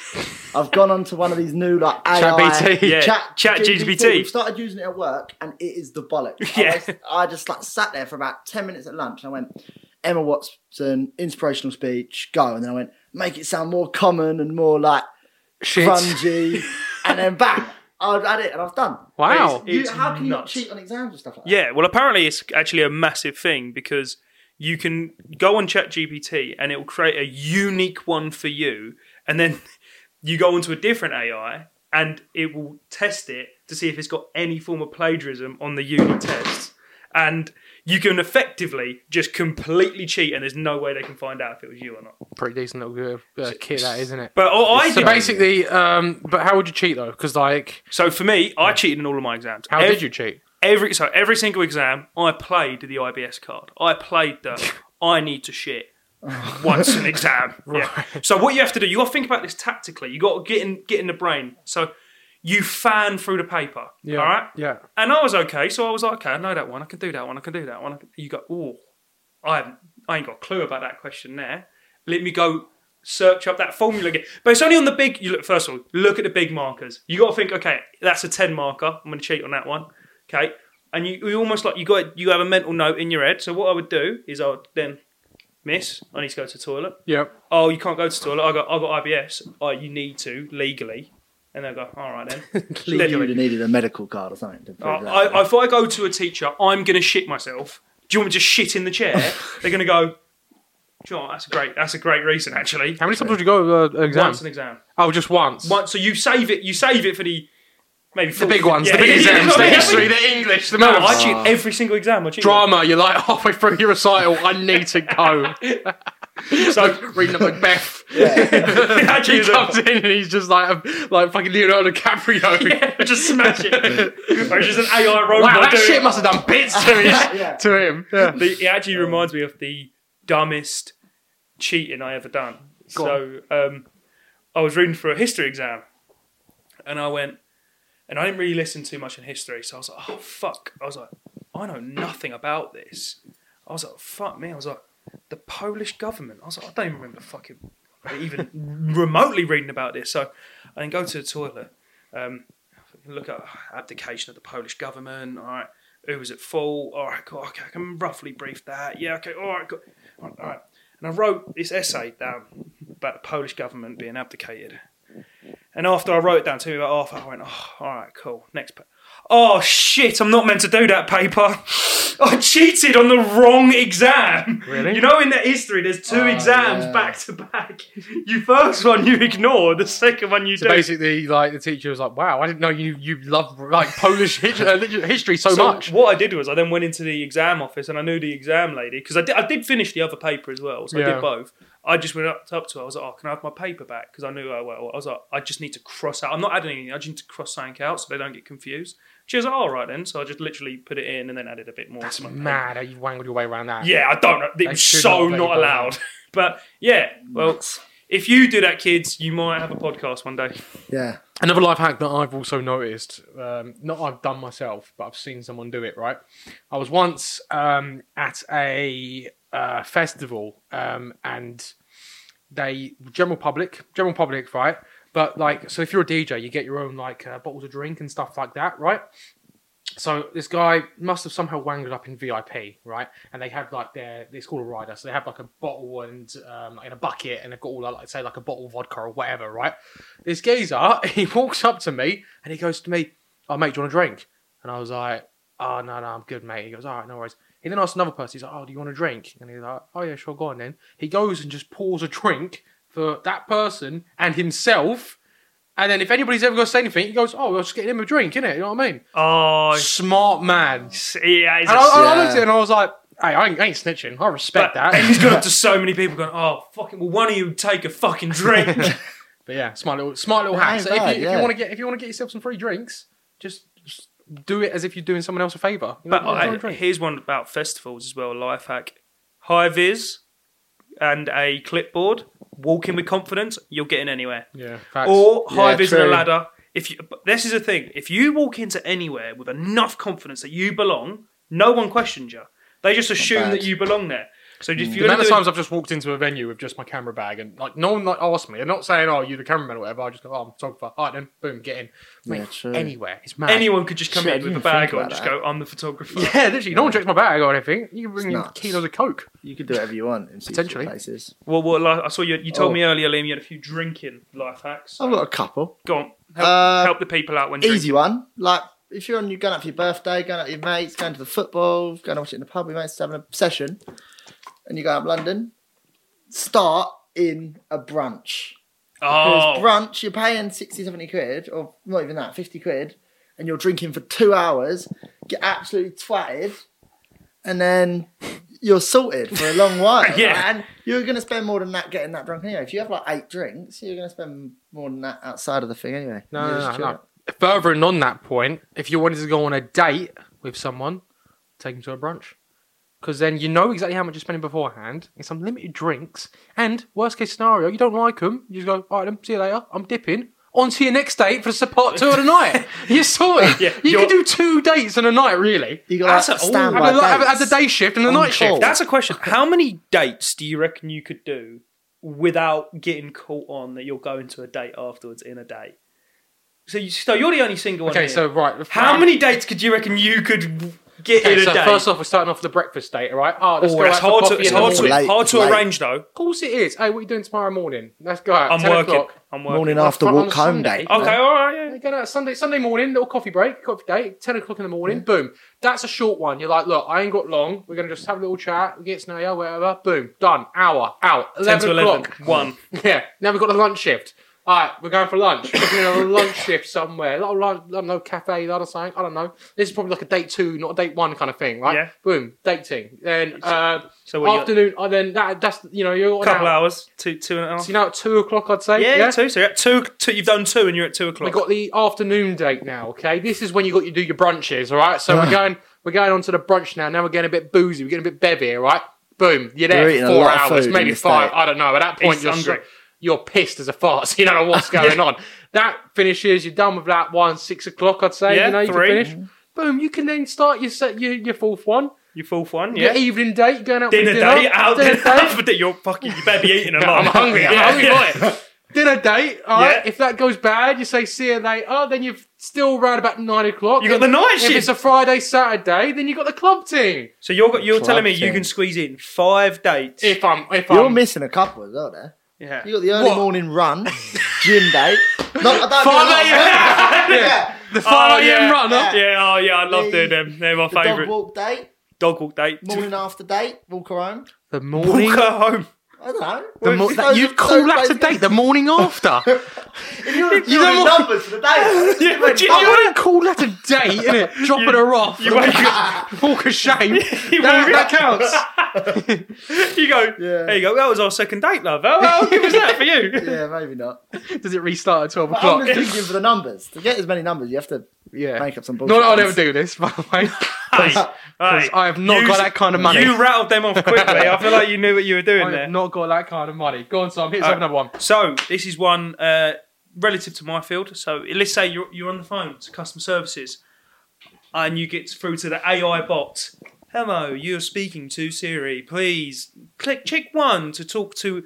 [SPEAKER 2] I've gone on to one of these new like AI
[SPEAKER 3] ChatBT.
[SPEAKER 1] Yeah,
[SPEAKER 2] chat,
[SPEAKER 1] ChatGPT.
[SPEAKER 2] We've started using it at work, and it is the bollocks. I
[SPEAKER 1] Yeah.
[SPEAKER 2] was- I, just like sat there for about ten minutes at lunch, and I went, "Emma Watson, inspirational speech, go." And then I went, "Make it sound more common and more like
[SPEAKER 3] Shit.
[SPEAKER 2] grungy," and then bang, I've had it, and I've done.
[SPEAKER 3] Wow.
[SPEAKER 1] It's-
[SPEAKER 2] You- how can you not
[SPEAKER 1] nuts.
[SPEAKER 2] cheat on exams and stuff like that?
[SPEAKER 1] Yeah, well, apparently it's actually a massive thing because you can go on ChatGPT and it will create a unique one for you, and then you go onto a different AI and it will test it to see if it's got any form of plagiarism on the uni test. And you can effectively just completely cheat, and there's no way they can find out if it was you or not.
[SPEAKER 3] Pretty decent little uh, uh, kid, that, isn't it?
[SPEAKER 1] But all I
[SPEAKER 3] so
[SPEAKER 1] did,
[SPEAKER 3] basically, um, but how would you cheat though? Because like,
[SPEAKER 1] so for me, I cheated in all of my exams.
[SPEAKER 3] how
[SPEAKER 1] Ev-
[SPEAKER 3] did you cheat?
[SPEAKER 1] every so every single exam I played the IBS card. I played the I need to shit once an exam. Yeah. So what you have to do, you got to think about this tactically. You got to get in get in the brain. So you fan through the paper. All right.
[SPEAKER 3] Yeah.
[SPEAKER 1] And I was okay, so I was like, okay, I know that one. I can do that one. I can do that one. I can... You go, oh, I haven't, I ain't got a clue about that question there. Let me go search up that formula again. But it's only on the big. You look first of all, look at the big markers. You got to think, okay, that's a ten marker. I'm going to cheat on that one. Okay, and you, you almost like you got you have a mental note in your head. So what I would do is I would then. Miss, I need to go to the toilet.
[SPEAKER 3] Yep.
[SPEAKER 1] Oh, you can't go to the toilet. I got, I got IBS. Oh, you need to legally, and they go, all right then.
[SPEAKER 2] Clearly, you
[SPEAKER 1] Legally.
[SPEAKER 2] would have needed a medical card or something. To prove that.
[SPEAKER 1] Uh, Oh, I, I, if I go to a teacher, I'm going to shit myself. Do you want me to shit in the chair? They're going to go. Do you know what, that's a great. That's a great reason, actually.
[SPEAKER 3] How many times did you go uh, exam?
[SPEAKER 1] Once an exam.
[SPEAKER 3] Oh, just once.
[SPEAKER 1] Once, so you save it. You save it for the maybe
[SPEAKER 3] The big ones, the big exams, the history, the English, the
[SPEAKER 1] No,
[SPEAKER 3] maths.
[SPEAKER 1] I cheat every single exam. I cheat.
[SPEAKER 3] drama. You're like halfway through your recital. I need to go.
[SPEAKER 1] So
[SPEAKER 3] Reading the Macbeth.
[SPEAKER 1] I
[SPEAKER 3] He
[SPEAKER 1] cheat as well.
[SPEAKER 3] comes in and he's just like a, like fucking Leonardo DiCaprio.
[SPEAKER 1] I just smash it. or it's just an AI robot.
[SPEAKER 3] Wow, that
[SPEAKER 1] doing
[SPEAKER 3] shit
[SPEAKER 1] it.
[SPEAKER 3] must have done bits to him.
[SPEAKER 2] Yeah.
[SPEAKER 3] To him. Yeah.
[SPEAKER 1] The- it actually reminds me of the dumbest cheating I ever done. so um, I was reading for a history exam, and I went, and I didn't really listen too much in history, so I was like, oh fuck! I was like, I know nothing about this. I was like, fuck me! I was like, the Polish government. I was like, I don't even remember fucking even remotely reading about this. So I then go to the toilet. Um, look at abdication of the Polish government. All right, who was at fault? All right, cool, okay, I can roughly brief that. Yeah, okay, all right, cool. all right, all right. And I wrote this essay down about the Polish government being abdicated. And after I wrote it down to me about half, hour, I went, oh, all right, cool. Next. Pa- oh shit! I'm not meant to do that paper. I cheated on the wrong exam.
[SPEAKER 3] Really?
[SPEAKER 1] You know, in that history, there's two exams
[SPEAKER 2] yeah.
[SPEAKER 1] back to back. You first one you ignore, the second one you do.
[SPEAKER 3] Basically, like the teacher was like, "Wow, I didn't know you you love like Polish his- uh, lit- history so,
[SPEAKER 1] So
[SPEAKER 3] much."
[SPEAKER 1] what I did was I then went into the exam office and I knew the exam lady because I did, I did finish the other paper as well, so I
[SPEAKER 3] Yeah.
[SPEAKER 1] did both. I just went up, up to her. I was like, "Oh, can I have my paper back?" Because I knew her well. I was like, "I just need to cross out. I'm not adding anything. I just need to cross something out so they don't get confused." She was like, "All right then." So I just literally put it in and then added a bit more. to my paper.
[SPEAKER 3] Mad, how you wangled your way around that.
[SPEAKER 1] Yeah, I don't know. It was
[SPEAKER 3] should
[SPEAKER 1] so
[SPEAKER 3] not let you
[SPEAKER 1] not
[SPEAKER 3] go
[SPEAKER 1] allowed. but yeah, well, If you do that, kids, you might have a podcast one day.
[SPEAKER 2] Yeah.
[SPEAKER 3] Another life hack that I've also noticed, um, not I've done myself, but I've seen someone do it, right? I was once um, at a uh, festival um, and they, general public, general public, right? But like, so if you're a DJ, you get your own like uh, bottles of drink and stuff like that, right? So this guy must have somehow wangled up in VIP, right? And they have like their it's called a rider, so they have like a bottle and um, like in a bucket, and they've got all like say like a bottle of vodka or whatever, right? This geezer he walks up to me and he goes to me, "Oh mate, do you want a drink?" And I was like, "Oh no, no, I'm good, mate." He goes, "All right, no worries." He then asks another person, he's like, "Oh, do you want a drink?" And he's like, "Oh yeah, sure, go on then." He goes and just pours a drink for that person and himself. And then if anybody's ever going to say anything, he goes, "Oh, well, just get him a drink, innit? You know what I mean?"
[SPEAKER 1] Oh,
[SPEAKER 3] smart man.
[SPEAKER 1] yeah.
[SPEAKER 3] And I, I
[SPEAKER 2] Yeah.
[SPEAKER 3] looked at it and I was like, hey, I ain't, I ain't snitching. I respect
[SPEAKER 1] And
[SPEAKER 3] that.
[SPEAKER 1] he's gone up to so many people going, oh, fucking, well, one of you take a fucking drink.
[SPEAKER 3] But yeah, smart little, smart little
[SPEAKER 2] That
[SPEAKER 3] hack.
[SPEAKER 2] ain't
[SPEAKER 3] So if you,
[SPEAKER 2] bad,
[SPEAKER 3] if
[SPEAKER 2] yeah.
[SPEAKER 3] you want to get, if you want to get yourself some free drinks, just, just do it as if you're doing someone else a favor. You know,
[SPEAKER 1] but
[SPEAKER 3] you enjoy a
[SPEAKER 1] I,
[SPEAKER 3] drink.
[SPEAKER 1] here's one about festivals as well, a life hack. High vis and a clipboard. Walking with confidence, you're getting anywhere.
[SPEAKER 3] yeah, facts.
[SPEAKER 1] or
[SPEAKER 2] Yeah,
[SPEAKER 1] high vis and a
[SPEAKER 2] true.
[SPEAKER 1] ladder. If you, but this is the thing, if you walk into anywhere with enough confidence that you belong, no one questions you. They just assume
[SPEAKER 2] bad.
[SPEAKER 1] that you belong there. So if
[SPEAKER 3] the
[SPEAKER 1] you're
[SPEAKER 3] amount
[SPEAKER 1] gonna
[SPEAKER 3] of
[SPEAKER 1] do,
[SPEAKER 3] times I've just walked into a venue with just my camera bag and like no one like asked me. I'm not saying oh you're the cameraman or whatever. I just go oh I'm a photographer. All right then, boom, get in. Mate,
[SPEAKER 2] Yeah, true.
[SPEAKER 3] anywhere, it's mad.
[SPEAKER 1] anyone could just come
[SPEAKER 2] Shit, I
[SPEAKER 1] in with a
[SPEAKER 2] didn't
[SPEAKER 1] bag
[SPEAKER 2] think
[SPEAKER 1] on
[SPEAKER 2] about
[SPEAKER 1] and just
[SPEAKER 2] that.
[SPEAKER 1] go, I'm the photographer.
[SPEAKER 3] Yeah, literally, no one checks my bag or anything. You can bring
[SPEAKER 2] It's
[SPEAKER 3] in
[SPEAKER 2] nuts.
[SPEAKER 3] kilos of coke.
[SPEAKER 2] You could do whatever you want in secret
[SPEAKER 3] Potentially.
[SPEAKER 2] places.
[SPEAKER 1] Well, what, li- I saw you, you told
[SPEAKER 2] Oh.
[SPEAKER 1] me earlier, Liam, you had a few drinking life hacks.
[SPEAKER 2] I've got a couple.
[SPEAKER 1] Go on, help,
[SPEAKER 2] Uh,
[SPEAKER 1] help the people out when drinking.
[SPEAKER 2] Easy one. Like if you're on, you're going out for your birthday, going out with your mates, going to the football, going to watch it in the pub, your mates having a session, and you go up London. Start in a brunch.
[SPEAKER 1] Oh,
[SPEAKER 2] Because brunch, you're paying 60, 70 quid, or not even that, 50 quid, and you're drinking for two hours, get absolutely twatted, and then you're sorted for a long while.
[SPEAKER 1] Yeah.
[SPEAKER 2] Like, and you're going to spend more than that getting that drunk anyway. If you have like eight drinks, you're going to spend more than that outside of the thing anyway.
[SPEAKER 3] No,
[SPEAKER 2] You're
[SPEAKER 3] no,
[SPEAKER 2] just
[SPEAKER 3] no,
[SPEAKER 2] chilling.
[SPEAKER 3] no. Furthering on that point, if you wanted to go on a date with someone, take them to a brunch. Because then you know exactly how much you're spending beforehand. It's unlimited drinks. And worst case scenario, you don't like them. You just go, all right, then, see you later. I'm dipping. On to your next date for the support two of the night. You're sorted.
[SPEAKER 1] Yeah,
[SPEAKER 3] you
[SPEAKER 1] you're-
[SPEAKER 3] could do two dates in a night, really.
[SPEAKER 2] You
[SPEAKER 1] That's
[SPEAKER 2] got to
[SPEAKER 1] a- ooh,
[SPEAKER 2] stand
[SPEAKER 3] Have,
[SPEAKER 2] by
[SPEAKER 3] a, have, a- have the
[SPEAKER 2] dates.
[SPEAKER 3] day shift and the
[SPEAKER 2] On
[SPEAKER 3] night
[SPEAKER 2] call.
[SPEAKER 3] shift.
[SPEAKER 1] That's a question. How many dates do you reckon you could do without getting caught on that you're going to a date afterwards in a date? So, you, so you're the only single one.
[SPEAKER 3] okay,
[SPEAKER 1] here.
[SPEAKER 3] so right.
[SPEAKER 1] how
[SPEAKER 3] um,
[SPEAKER 1] many dates could you reckon you could get
[SPEAKER 3] Okay,
[SPEAKER 1] in a
[SPEAKER 3] so
[SPEAKER 1] date?
[SPEAKER 3] first off, we're starting off with the breakfast date, all right? Oh, let's
[SPEAKER 1] Oh,
[SPEAKER 3] go
[SPEAKER 1] that's
[SPEAKER 3] out for
[SPEAKER 1] hard to
[SPEAKER 3] coffee
[SPEAKER 1] it's
[SPEAKER 3] in the
[SPEAKER 1] hard
[SPEAKER 3] morning.
[SPEAKER 1] to,
[SPEAKER 2] Late,
[SPEAKER 1] hard to
[SPEAKER 2] late.
[SPEAKER 1] arrange though.
[SPEAKER 3] Of course it is. Hey, what are you doing tomorrow morning? Let's go out.
[SPEAKER 1] I'm
[SPEAKER 3] 10
[SPEAKER 1] working.
[SPEAKER 3] O'clock.
[SPEAKER 1] I'm working.
[SPEAKER 2] Morning after
[SPEAKER 3] on
[SPEAKER 2] walk home
[SPEAKER 3] Sunday.
[SPEAKER 2] date.
[SPEAKER 1] Okay, all right. Yeah.
[SPEAKER 3] Hey, Going out Sunday, Sunday morning, little coffee break, coffee date, ten o'clock in the morning. Boom. That's a short one. You're like, look, I ain't got long. We're gonna just have a little chat. We get to know you, whatever. Boom. Done. Hour out.
[SPEAKER 1] 10
[SPEAKER 3] Eleven
[SPEAKER 1] to 11.
[SPEAKER 3] o'clock.
[SPEAKER 1] One.
[SPEAKER 3] Yeah. Now we've got the lunch shift. All right, we're going for lunch. We're doing a lunch shift somewhere. A little lunch, I don't know, cafe, I don't know, something. I don't know. This is probably like a date two, not a date one kind of thing, right?
[SPEAKER 1] Yeah.
[SPEAKER 3] Boom, dating. Then uh,
[SPEAKER 1] So what, you got-
[SPEAKER 3] afternoon, and then that, that's, you know, you're
[SPEAKER 1] A
[SPEAKER 3] an
[SPEAKER 1] couple
[SPEAKER 3] hour.
[SPEAKER 1] hours. Two, two and a half.
[SPEAKER 3] So, you know, at two o'clock, I'd say.
[SPEAKER 1] yeah, two. So you're at two, two. You've done two and you're at two o'clock.
[SPEAKER 3] We got the afternoon date now. Okay, this is when you got you do your brunches. All right, so we're going we're going on to the brunch now. Now we're getting a bit boozy. We're getting a bit bevy. All right, boom, you're
[SPEAKER 2] You're
[SPEAKER 3] there for
[SPEAKER 2] eating a
[SPEAKER 3] four
[SPEAKER 2] lot of
[SPEAKER 3] hours,
[SPEAKER 2] food
[SPEAKER 3] maybe
[SPEAKER 2] in this
[SPEAKER 3] five.
[SPEAKER 2] day.
[SPEAKER 3] I don't know. At that point,
[SPEAKER 1] He's
[SPEAKER 3] you're
[SPEAKER 1] hungry.
[SPEAKER 3] s- you're pissed as a farce. You don't know what's going on. That finishes. You're done with that one. Six o'clock, I'd say.
[SPEAKER 1] Yeah,
[SPEAKER 3] you know, you can
[SPEAKER 1] three.
[SPEAKER 3] finish. Boom, you can then start your set your, your fourth one.
[SPEAKER 1] your fourth one.
[SPEAKER 3] Your
[SPEAKER 1] Yeah.
[SPEAKER 3] evening date, going out
[SPEAKER 1] dinner
[SPEAKER 3] for dinner,
[SPEAKER 1] day. Out
[SPEAKER 3] dinner
[SPEAKER 1] dinner
[SPEAKER 3] date.
[SPEAKER 1] day. You're fucking. You better be eating a
[SPEAKER 3] Yeah,
[SPEAKER 1] lot.
[SPEAKER 3] I'm hungry. I'm
[SPEAKER 1] Yeah,
[SPEAKER 3] hungry
[SPEAKER 1] yeah.
[SPEAKER 3] for it. Dinner date. All right.
[SPEAKER 1] Yeah.
[SPEAKER 3] If that goes bad, you say see you later. oh, Then you're still around about nine o'clock.
[SPEAKER 1] You got the night
[SPEAKER 3] If
[SPEAKER 1] shift.
[SPEAKER 3] it's a Friday, Saturday, then you got the club team.
[SPEAKER 1] So you're you're
[SPEAKER 2] Club
[SPEAKER 1] telling me you
[SPEAKER 2] thing.
[SPEAKER 1] can squeeze in five dates?
[SPEAKER 3] If I'm, if
[SPEAKER 2] You're
[SPEAKER 3] I'm,
[SPEAKER 2] missing a couple as well there.
[SPEAKER 1] yeah.
[SPEAKER 2] You got the early
[SPEAKER 3] What?
[SPEAKER 2] morning run, gym date. Not, I don't do a lot of
[SPEAKER 3] Five
[SPEAKER 2] work.
[SPEAKER 3] a.m.
[SPEAKER 2] yeah.
[SPEAKER 3] the five
[SPEAKER 1] Oh,
[SPEAKER 3] a.m.
[SPEAKER 1] yeah.
[SPEAKER 3] runner.
[SPEAKER 2] Yeah.
[SPEAKER 1] Yeah, oh yeah, I love
[SPEAKER 2] The-
[SPEAKER 1] doing them. They're my
[SPEAKER 2] The dog
[SPEAKER 1] favourite.
[SPEAKER 2] walk date,
[SPEAKER 1] Dog walk date.
[SPEAKER 2] morning after date, walk around.
[SPEAKER 3] The
[SPEAKER 1] Walk
[SPEAKER 3] morning.
[SPEAKER 1] her home.
[SPEAKER 2] I don't know.
[SPEAKER 3] The
[SPEAKER 2] Well,
[SPEAKER 3] mo-
[SPEAKER 2] it's
[SPEAKER 3] that,
[SPEAKER 2] those-
[SPEAKER 3] you'd
[SPEAKER 2] those
[SPEAKER 3] call that a
[SPEAKER 2] places-
[SPEAKER 3] date. The morning after.
[SPEAKER 2] If you're you
[SPEAKER 3] know what?
[SPEAKER 2] numbers for the day.
[SPEAKER 1] Yeah, but you,
[SPEAKER 3] I
[SPEAKER 1] you,
[SPEAKER 3] wouldn't call that a date, innit? Dropping her off.
[SPEAKER 1] you wake up,
[SPEAKER 3] walk of shame.
[SPEAKER 1] You
[SPEAKER 3] that,
[SPEAKER 1] walk-
[SPEAKER 3] that counts.
[SPEAKER 1] you go,
[SPEAKER 2] Yeah.
[SPEAKER 1] there you go, that was our second date, love. How, how good was that for you?
[SPEAKER 2] yeah, maybe not.
[SPEAKER 3] Does it restart at twelve
[SPEAKER 2] But I'm
[SPEAKER 3] o'clock?
[SPEAKER 2] just thinking for the numbers. To get as many numbers, you have to
[SPEAKER 3] Yeah.
[SPEAKER 2] make up some bullshit.
[SPEAKER 3] No, I'll never do this. By the way.
[SPEAKER 1] Hey, hey,
[SPEAKER 3] I have not
[SPEAKER 1] you-
[SPEAKER 3] got that kind of money.
[SPEAKER 1] You rattled them off quickly. I feel like you knew what you were doing
[SPEAKER 3] I
[SPEAKER 1] there.
[SPEAKER 3] have not got that kind of money. Go on, Sam. Here's
[SPEAKER 1] Alright.
[SPEAKER 3] another one.
[SPEAKER 1] So this is one uh, relative to my field. So let's say you're, you're on the phone to customer services, and you get through to the AI bot. Hello, you're speaking to Siri. Please click check one to talk to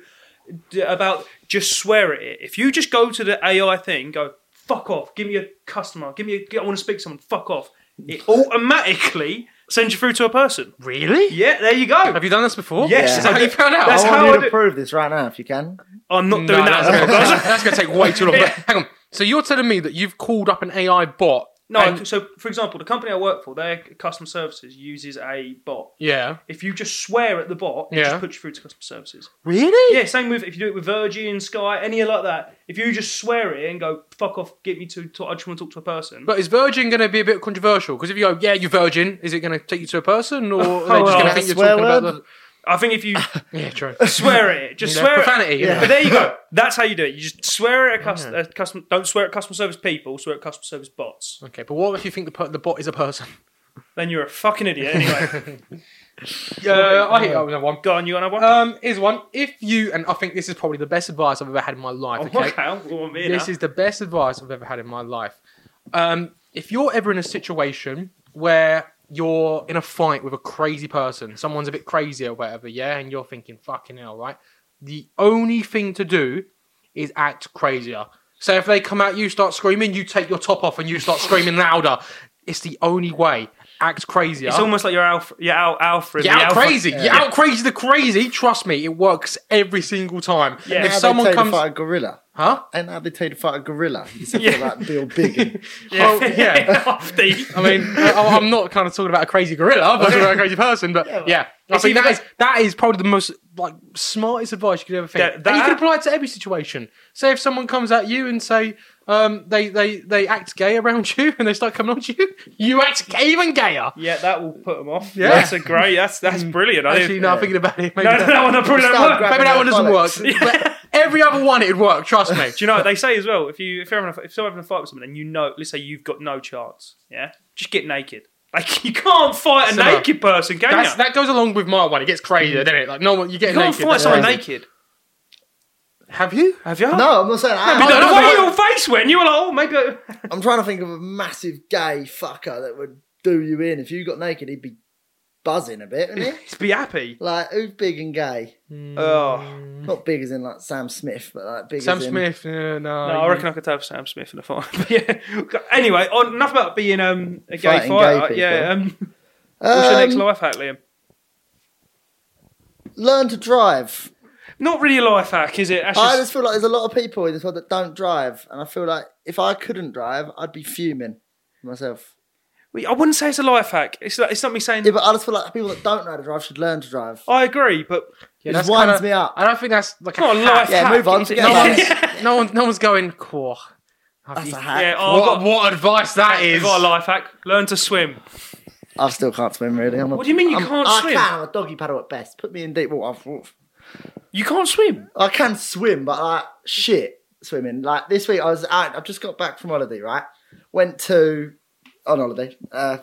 [SPEAKER 1] d- about. Just swear at it. If you just go to the AI thing, go fuck off. Give me a customer. Give me. A, I want to speak to someone. Fuck off. It automatically sends you through to a person.
[SPEAKER 3] Really?
[SPEAKER 1] Yeah, there you go.
[SPEAKER 3] Have you done this before?
[SPEAKER 1] Yes,
[SPEAKER 3] Is that how you found out? Oh,
[SPEAKER 1] That's
[SPEAKER 2] I
[SPEAKER 1] how
[SPEAKER 2] want
[SPEAKER 1] I
[SPEAKER 2] you to
[SPEAKER 1] do-
[SPEAKER 2] prove this right now if you can.
[SPEAKER 1] I'm not
[SPEAKER 3] No,
[SPEAKER 1] doing that.
[SPEAKER 3] That's,
[SPEAKER 1] as well.
[SPEAKER 3] gonna, that's gonna take way too long. But Hang on. So you're telling me that you've called up an AI bot?
[SPEAKER 1] No,
[SPEAKER 3] and-
[SPEAKER 1] so for example, the company I work for, their customer services uses a bot.
[SPEAKER 3] yeah.
[SPEAKER 1] If you just swear at the bot, it
[SPEAKER 3] Yeah.
[SPEAKER 1] just puts you through to customer services.
[SPEAKER 3] Really?
[SPEAKER 1] Yeah, same with if you do it with Virgin, Sky, any like that. If you just swear it and go fuck off, get me to talk, I just want to talk to a person.
[SPEAKER 3] But is Virgin going to be a bit controversial? Because if you go, yeah, you're Virgin, is it going to take you to a person, or are they just
[SPEAKER 1] well,
[SPEAKER 3] going to
[SPEAKER 1] it's
[SPEAKER 2] a
[SPEAKER 3] think
[SPEAKER 2] Oh,
[SPEAKER 3] you're
[SPEAKER 2] swear
[SPEAKER 3] talking about
[SPEAKER 2] word.
[SPEAKER 3] the?
[SPEAKER 1] I think if you
[SPEAKER 3] Yeah, true.
[SPEAKER 1] swear at it, just
[SPEAKER 3] You know,
[SPEAKER 1] swear
[SPEAKER 3] profanity,
[SPEAKER 1] At,
[SPEAKER 3] you know.
[SPEAKER 1] But there you go. That's how you do it. You just swear at a, cus- a customer. Don't swear at customer service people. Swear at customer service bots.
[SPEAKER 3] Okay, but what if you think the per- the bot is a person?
[SPEAKER 1] Then you're a fucking idiot. Anyway,
[SPEAKER 3] Yeah, I think I was one.
[SPEAKER 1] go on. You got another one?
[SPEAKER 3] Um, here's one. If you and I think this is probably the best advice I've ever had in my life.
[SPEAKER 1] oh,
[SPEAKER 3] Okay,
[SPEAKER 1] wow. Well, I'm here
[SPEAKER 3] this
[SPEAKER 1] now.
[SPEAKER 3] is the best advice I've ever had in my life. Um, if you're ever in a situation where you're in a fight with a crazy person, someone's a bit crazy or whatever, yeah, and you're thinking, fucking hell, right? The only thing to do is act crazier. So if they come at you, start screaming, you take your top off and you start screaming louder. It's the only way. Act crazier.
[SPEAKER 1] It's almost like you're Alf- you're Al- Alfred.
[SPEAKER 3] You're
[SPEAKER 1] the
[SPEAKER 3] out
[SPEAKER 1] Alpha-
[SPEAKER 3] crazy. You're out crazy. The crazy. Trust me, it works every single time.
[SPEAKER 1] Yeah.
[SPEAKER 3] If
[SPEAKER 1] How
[SPEAKER 2] How
[SPEAKER 3] someone
[SPEAKER 2] they tell you
[SPEAKER 3] comes,
[SPEAKER 2] to fight a gorilla.
[SPEAKER 3] huh?
[SPEAKER 2] Ain't how they tell you to fight a gorilla. You said yeah. like Bill Big. and-
[SPEAKER 1] Yeah,
[SPEAKER 3] Oh, yeah.
[SPEAKER 1] Off the-
[SPEAKER 3] I mean, I, I'm not kind of talking about a crazy gorilla, but I'm talking about a crazy person. But yeah, I
[SPEAKER 1] It's
[SPEAKER 3] think that
[SPEAKER 1] either-
[SPEAKER 3] is that is probably the most like smartest advice you could ever think.
[SPEAKER 1] That-
[SPEAKER 3] and you
[SPEAKER 1] that-
[SPEAKER 3] can apply it to every situation. Say if someone comes at you and say um, they they they act gay around you and they start coming on to you, you act even gayer.
[SPEAKER 1] yeah, that will put them off.
[SPEAKER 3] Yeah. Mm.
[SPEAKER 1] that's a great. That's that's brilliant. I
[SPEAKER 3] Actually,
[SPEAKER 1] didn't-
[SPEAKER 3] now I'm thinking about it, maybe,
[SPEAKER 1] no, no,
[SPEAKER 3] that,
[SPEAKER 1] that one I probably
[SPEAKER 2] Start
[SPEAKER 1] don't work.
[SPEAKER 2] grabbing
[SPEAKER 3] maybe that
[SPEAKER 2] their
[SPEAKER 3] one doesn't
[SPEAKER 2] bollocks.
[SPEAKER 3] work. But every other one it'd work. Trust me.
[SPEAKER 1] Do you know what they say as well? If you if you're having a, if someone's having a fight with someone and you know, let's say you've got no chance, yeah, just get naked. Like you can't fight a
[SPEAKER 3] Simmer.
[SPEAKER 1] naked person, can
[SPEAKER 3] That's,
[SPEAKER 1] you?
[SPEAKER 3] that goes along with my one. It gets crazier, doesn't it? Like no one, you
[SPEAKER 1] you
[SPEAKER 3] get
[SPEAKER 1] can't
[SPEAKER 3] naked.
[SPEAKER 1] fight
[SPEAKER 3] that's
[SPEAKER 1] someone
[SPEAKER 3] crazy.
[SPEAKER 1] naked.
[SPEAKER 3] Have you?
[SPEAKER 1] Have you?
[SPEAKER 2] No, I'm not saying. I,
[SPEAKER 1] No,
[SPEAKER 3] no,
[SPEAKER 1] the
[SPEAKER 3] no,
[SPEAKER 1] way
[SPEAKER 3] no.
[SPEAKER 1] your face went, you were like, oh, maybe.
[SPEAKER 3] Mm.
[SPEAKER 1] I-
[SPEAKER 2] I'm trying to think of a massive gay fucker that would do you in. If you got naked, he'd be buzzing a bit, wouldn't he?
[SPEAKER 1] Just be happy.
[SPEAKER 2] Like who's big and gay?
[SPEAKER 1] Oh.
[SPEAKER 2] Not big as in like Sam Smith, but like big
[SPEAKER 3] Sam
[SPEAKER 2] as in
[SPEAKER 3] Smith. uh, no,
[SPEAKER 1] No, I reckon I could have Sam Smith in a fight. But yeah. Anyway, on, enough about being um, a gay
[SPEAKER 2] Fighting gay
[SPEAKER 1] fighter.
[SPEAKER 2] people.
[SPEAKER 1] yeah. Um, what's your next
[SPEAKER 2] Um,
[SPEAKER 1] life hack, Liam?
[SPEAKER 2] Learn to drive.
[SPEAKER 1] Not really a life hack, is it? That's
[SPEAKER 2] I
[SPEAKER 1] just-
[SPEAKER 2] just feel like there's a lot of people in this world that don't drive, and I feel like if I couldn't drive, I'd be fuming myself.
[SPEAKER 1] Well, I wouldn't say it's a life hack. It's like, it's not me saying.
[SPEAKER 2] Yeah, but I just feel like people that don't know how to drive should learn to drive.
[SPEAKER 1] I agree, but
[SPEAKER 3] Yeah,
[SPEAKER 2] It
[SPEAKER 3] that's
[SPEAKER 2] just winds
[SPEAKER 3] kinda-
[SPEAKER 2] me up.
[SPEAKER 3] I don't think that's like
[SPEAKER 1] not a
[SPEAKER 3] a hack.
[SPEAKER 1] life
[SPEAKER 2] Yeah,
[SPEAKER 1] hack.
[SPEAKER 2] move on.
[SPEAKER 1] is it?
[SPEAKER 2] Forget about
[SPEAKER 1] yeah,
[SPEAKER 3] No one, no one's going. Cool.
[SPEAKER 2] That's a hack.
[SPEAKER 1] yeah. Oh, I've
[SPEAKER 3] What,
[SPEAKER 1] got,
[SPEAKER 3] what advice that
[SPEAKER 1] I've
[SPEAKER 3] is.
[SPEAKER 1] got a life hack. Learn to swim.
[SPEAKER 2] I still can't swim really. I'm a,
[SPEAKER 1] What do you mean you
[SPEAKER 2] I'm-
[SPEAKER 1] can't
[SPEAKER 2] I
[SPEAKER 1] swim?
[SPEAKER 2] can. I'm a doggy paddle at best. Put me in deep water. Woof.
[SPEAKER 1] You can't swim.
[SPEAKER 2] I can swim, but like shit swimming. Like this week, I was out. I've just got back from holiday. Right, went to on holiday. Uh,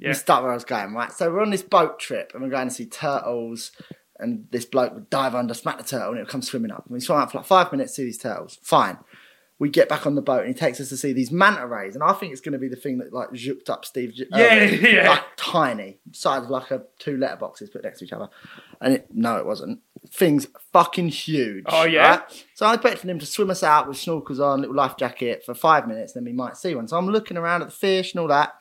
[SPEAKER 1] Yeah.
[SPEAKER 2] yeah. start where I was going. Right, so we're on this boat trip and we're going to see turtles. And this bloke would dive under, smack the turtle, and it would come swimming up. And we swam out for like five minutes, see these turtles. Fine. We get back on the boat, and he takes us to see these manta rays. And I think it's going to be the thing that like zooped up Steve. J-
[SPEAKER 1] Yeah,
[SPEAKER 2] Irwin.
[SPEAKER 1] yeah.
[SPEAKER 2] Like, tiny, size of like a two letterboxes put next to each other. And it, no, it wasn't. Things fucking huge.
[SPEAKER 1] Oh, yeah?
[SPEAKER 2] right? So I was expecting him to swim us out with snorkels on, little life jacket for five minutes, then we might see one. So I'm looking around at the fish and all that.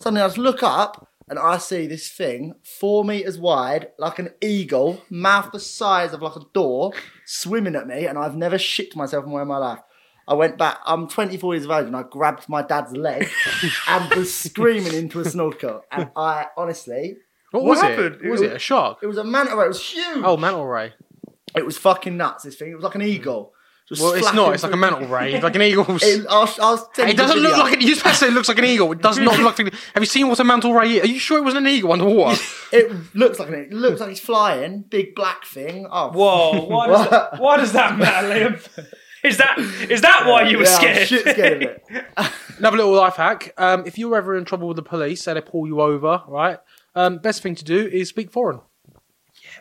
[SPEAKER 2] Suddenly I just look up and I see this thing four meters wide, like an eagle, mouth the size of like a door, swimming at me, and I've never shit myself more in my life. I went back. I'm 24 years of age, and I grabbed my dad's leg and was screaming into a snorkel. And I honestly,
[SPEAKER 3] What,
[SPEAKER 1] What
[SPEAKER 3] was
[SPEAKER 1] happened?
[SPEAKER 3] it? What was it a shark?
[SPEAKER 2] it was a manta ray. It was huge.
[SPEAKER 3] Oh, mantle ray.
[SPEAKER 2] It was fucking nuts. This thing. It was like an eagle. Just
[SPEAKER 3] Well, it's
[SPEAKER 2] flapping
[SPEAKER 3] not. It's like a
[SPEAKER 2] through-
[SPEAKER 3] mantle ray. It's like an eagle's.
[SPEAKER 2] It,
[SPEAKER 3] It,
[SPEAKER 2] I'll, I'll send you the
[SPEAKER 3] doesn't look
[SPEAKER 2] video.
[SPEAKER 3] like an. You just said it looks like an eagle. It does not look like. An, e-, have you seen what a mantle ray is? Are you sure it wasn't an eagle underwater?
[SPEAKER 2] It looks like an. It looks like it's flying. Big black thing. Oh,
[SPEAKER 1] Whoa. Why does that, why does that matter, Liam? Is that is that why you were
[SPEAKER 2] yeah, I'm
[SPEAKER 1] scared?
[SPEAKER 2] shit scared of it.
[SPEAKER 3] Another little life hack. Um, if you're ever in trouble with the police and they pull you over, right? Um, best thing to do is speak foreign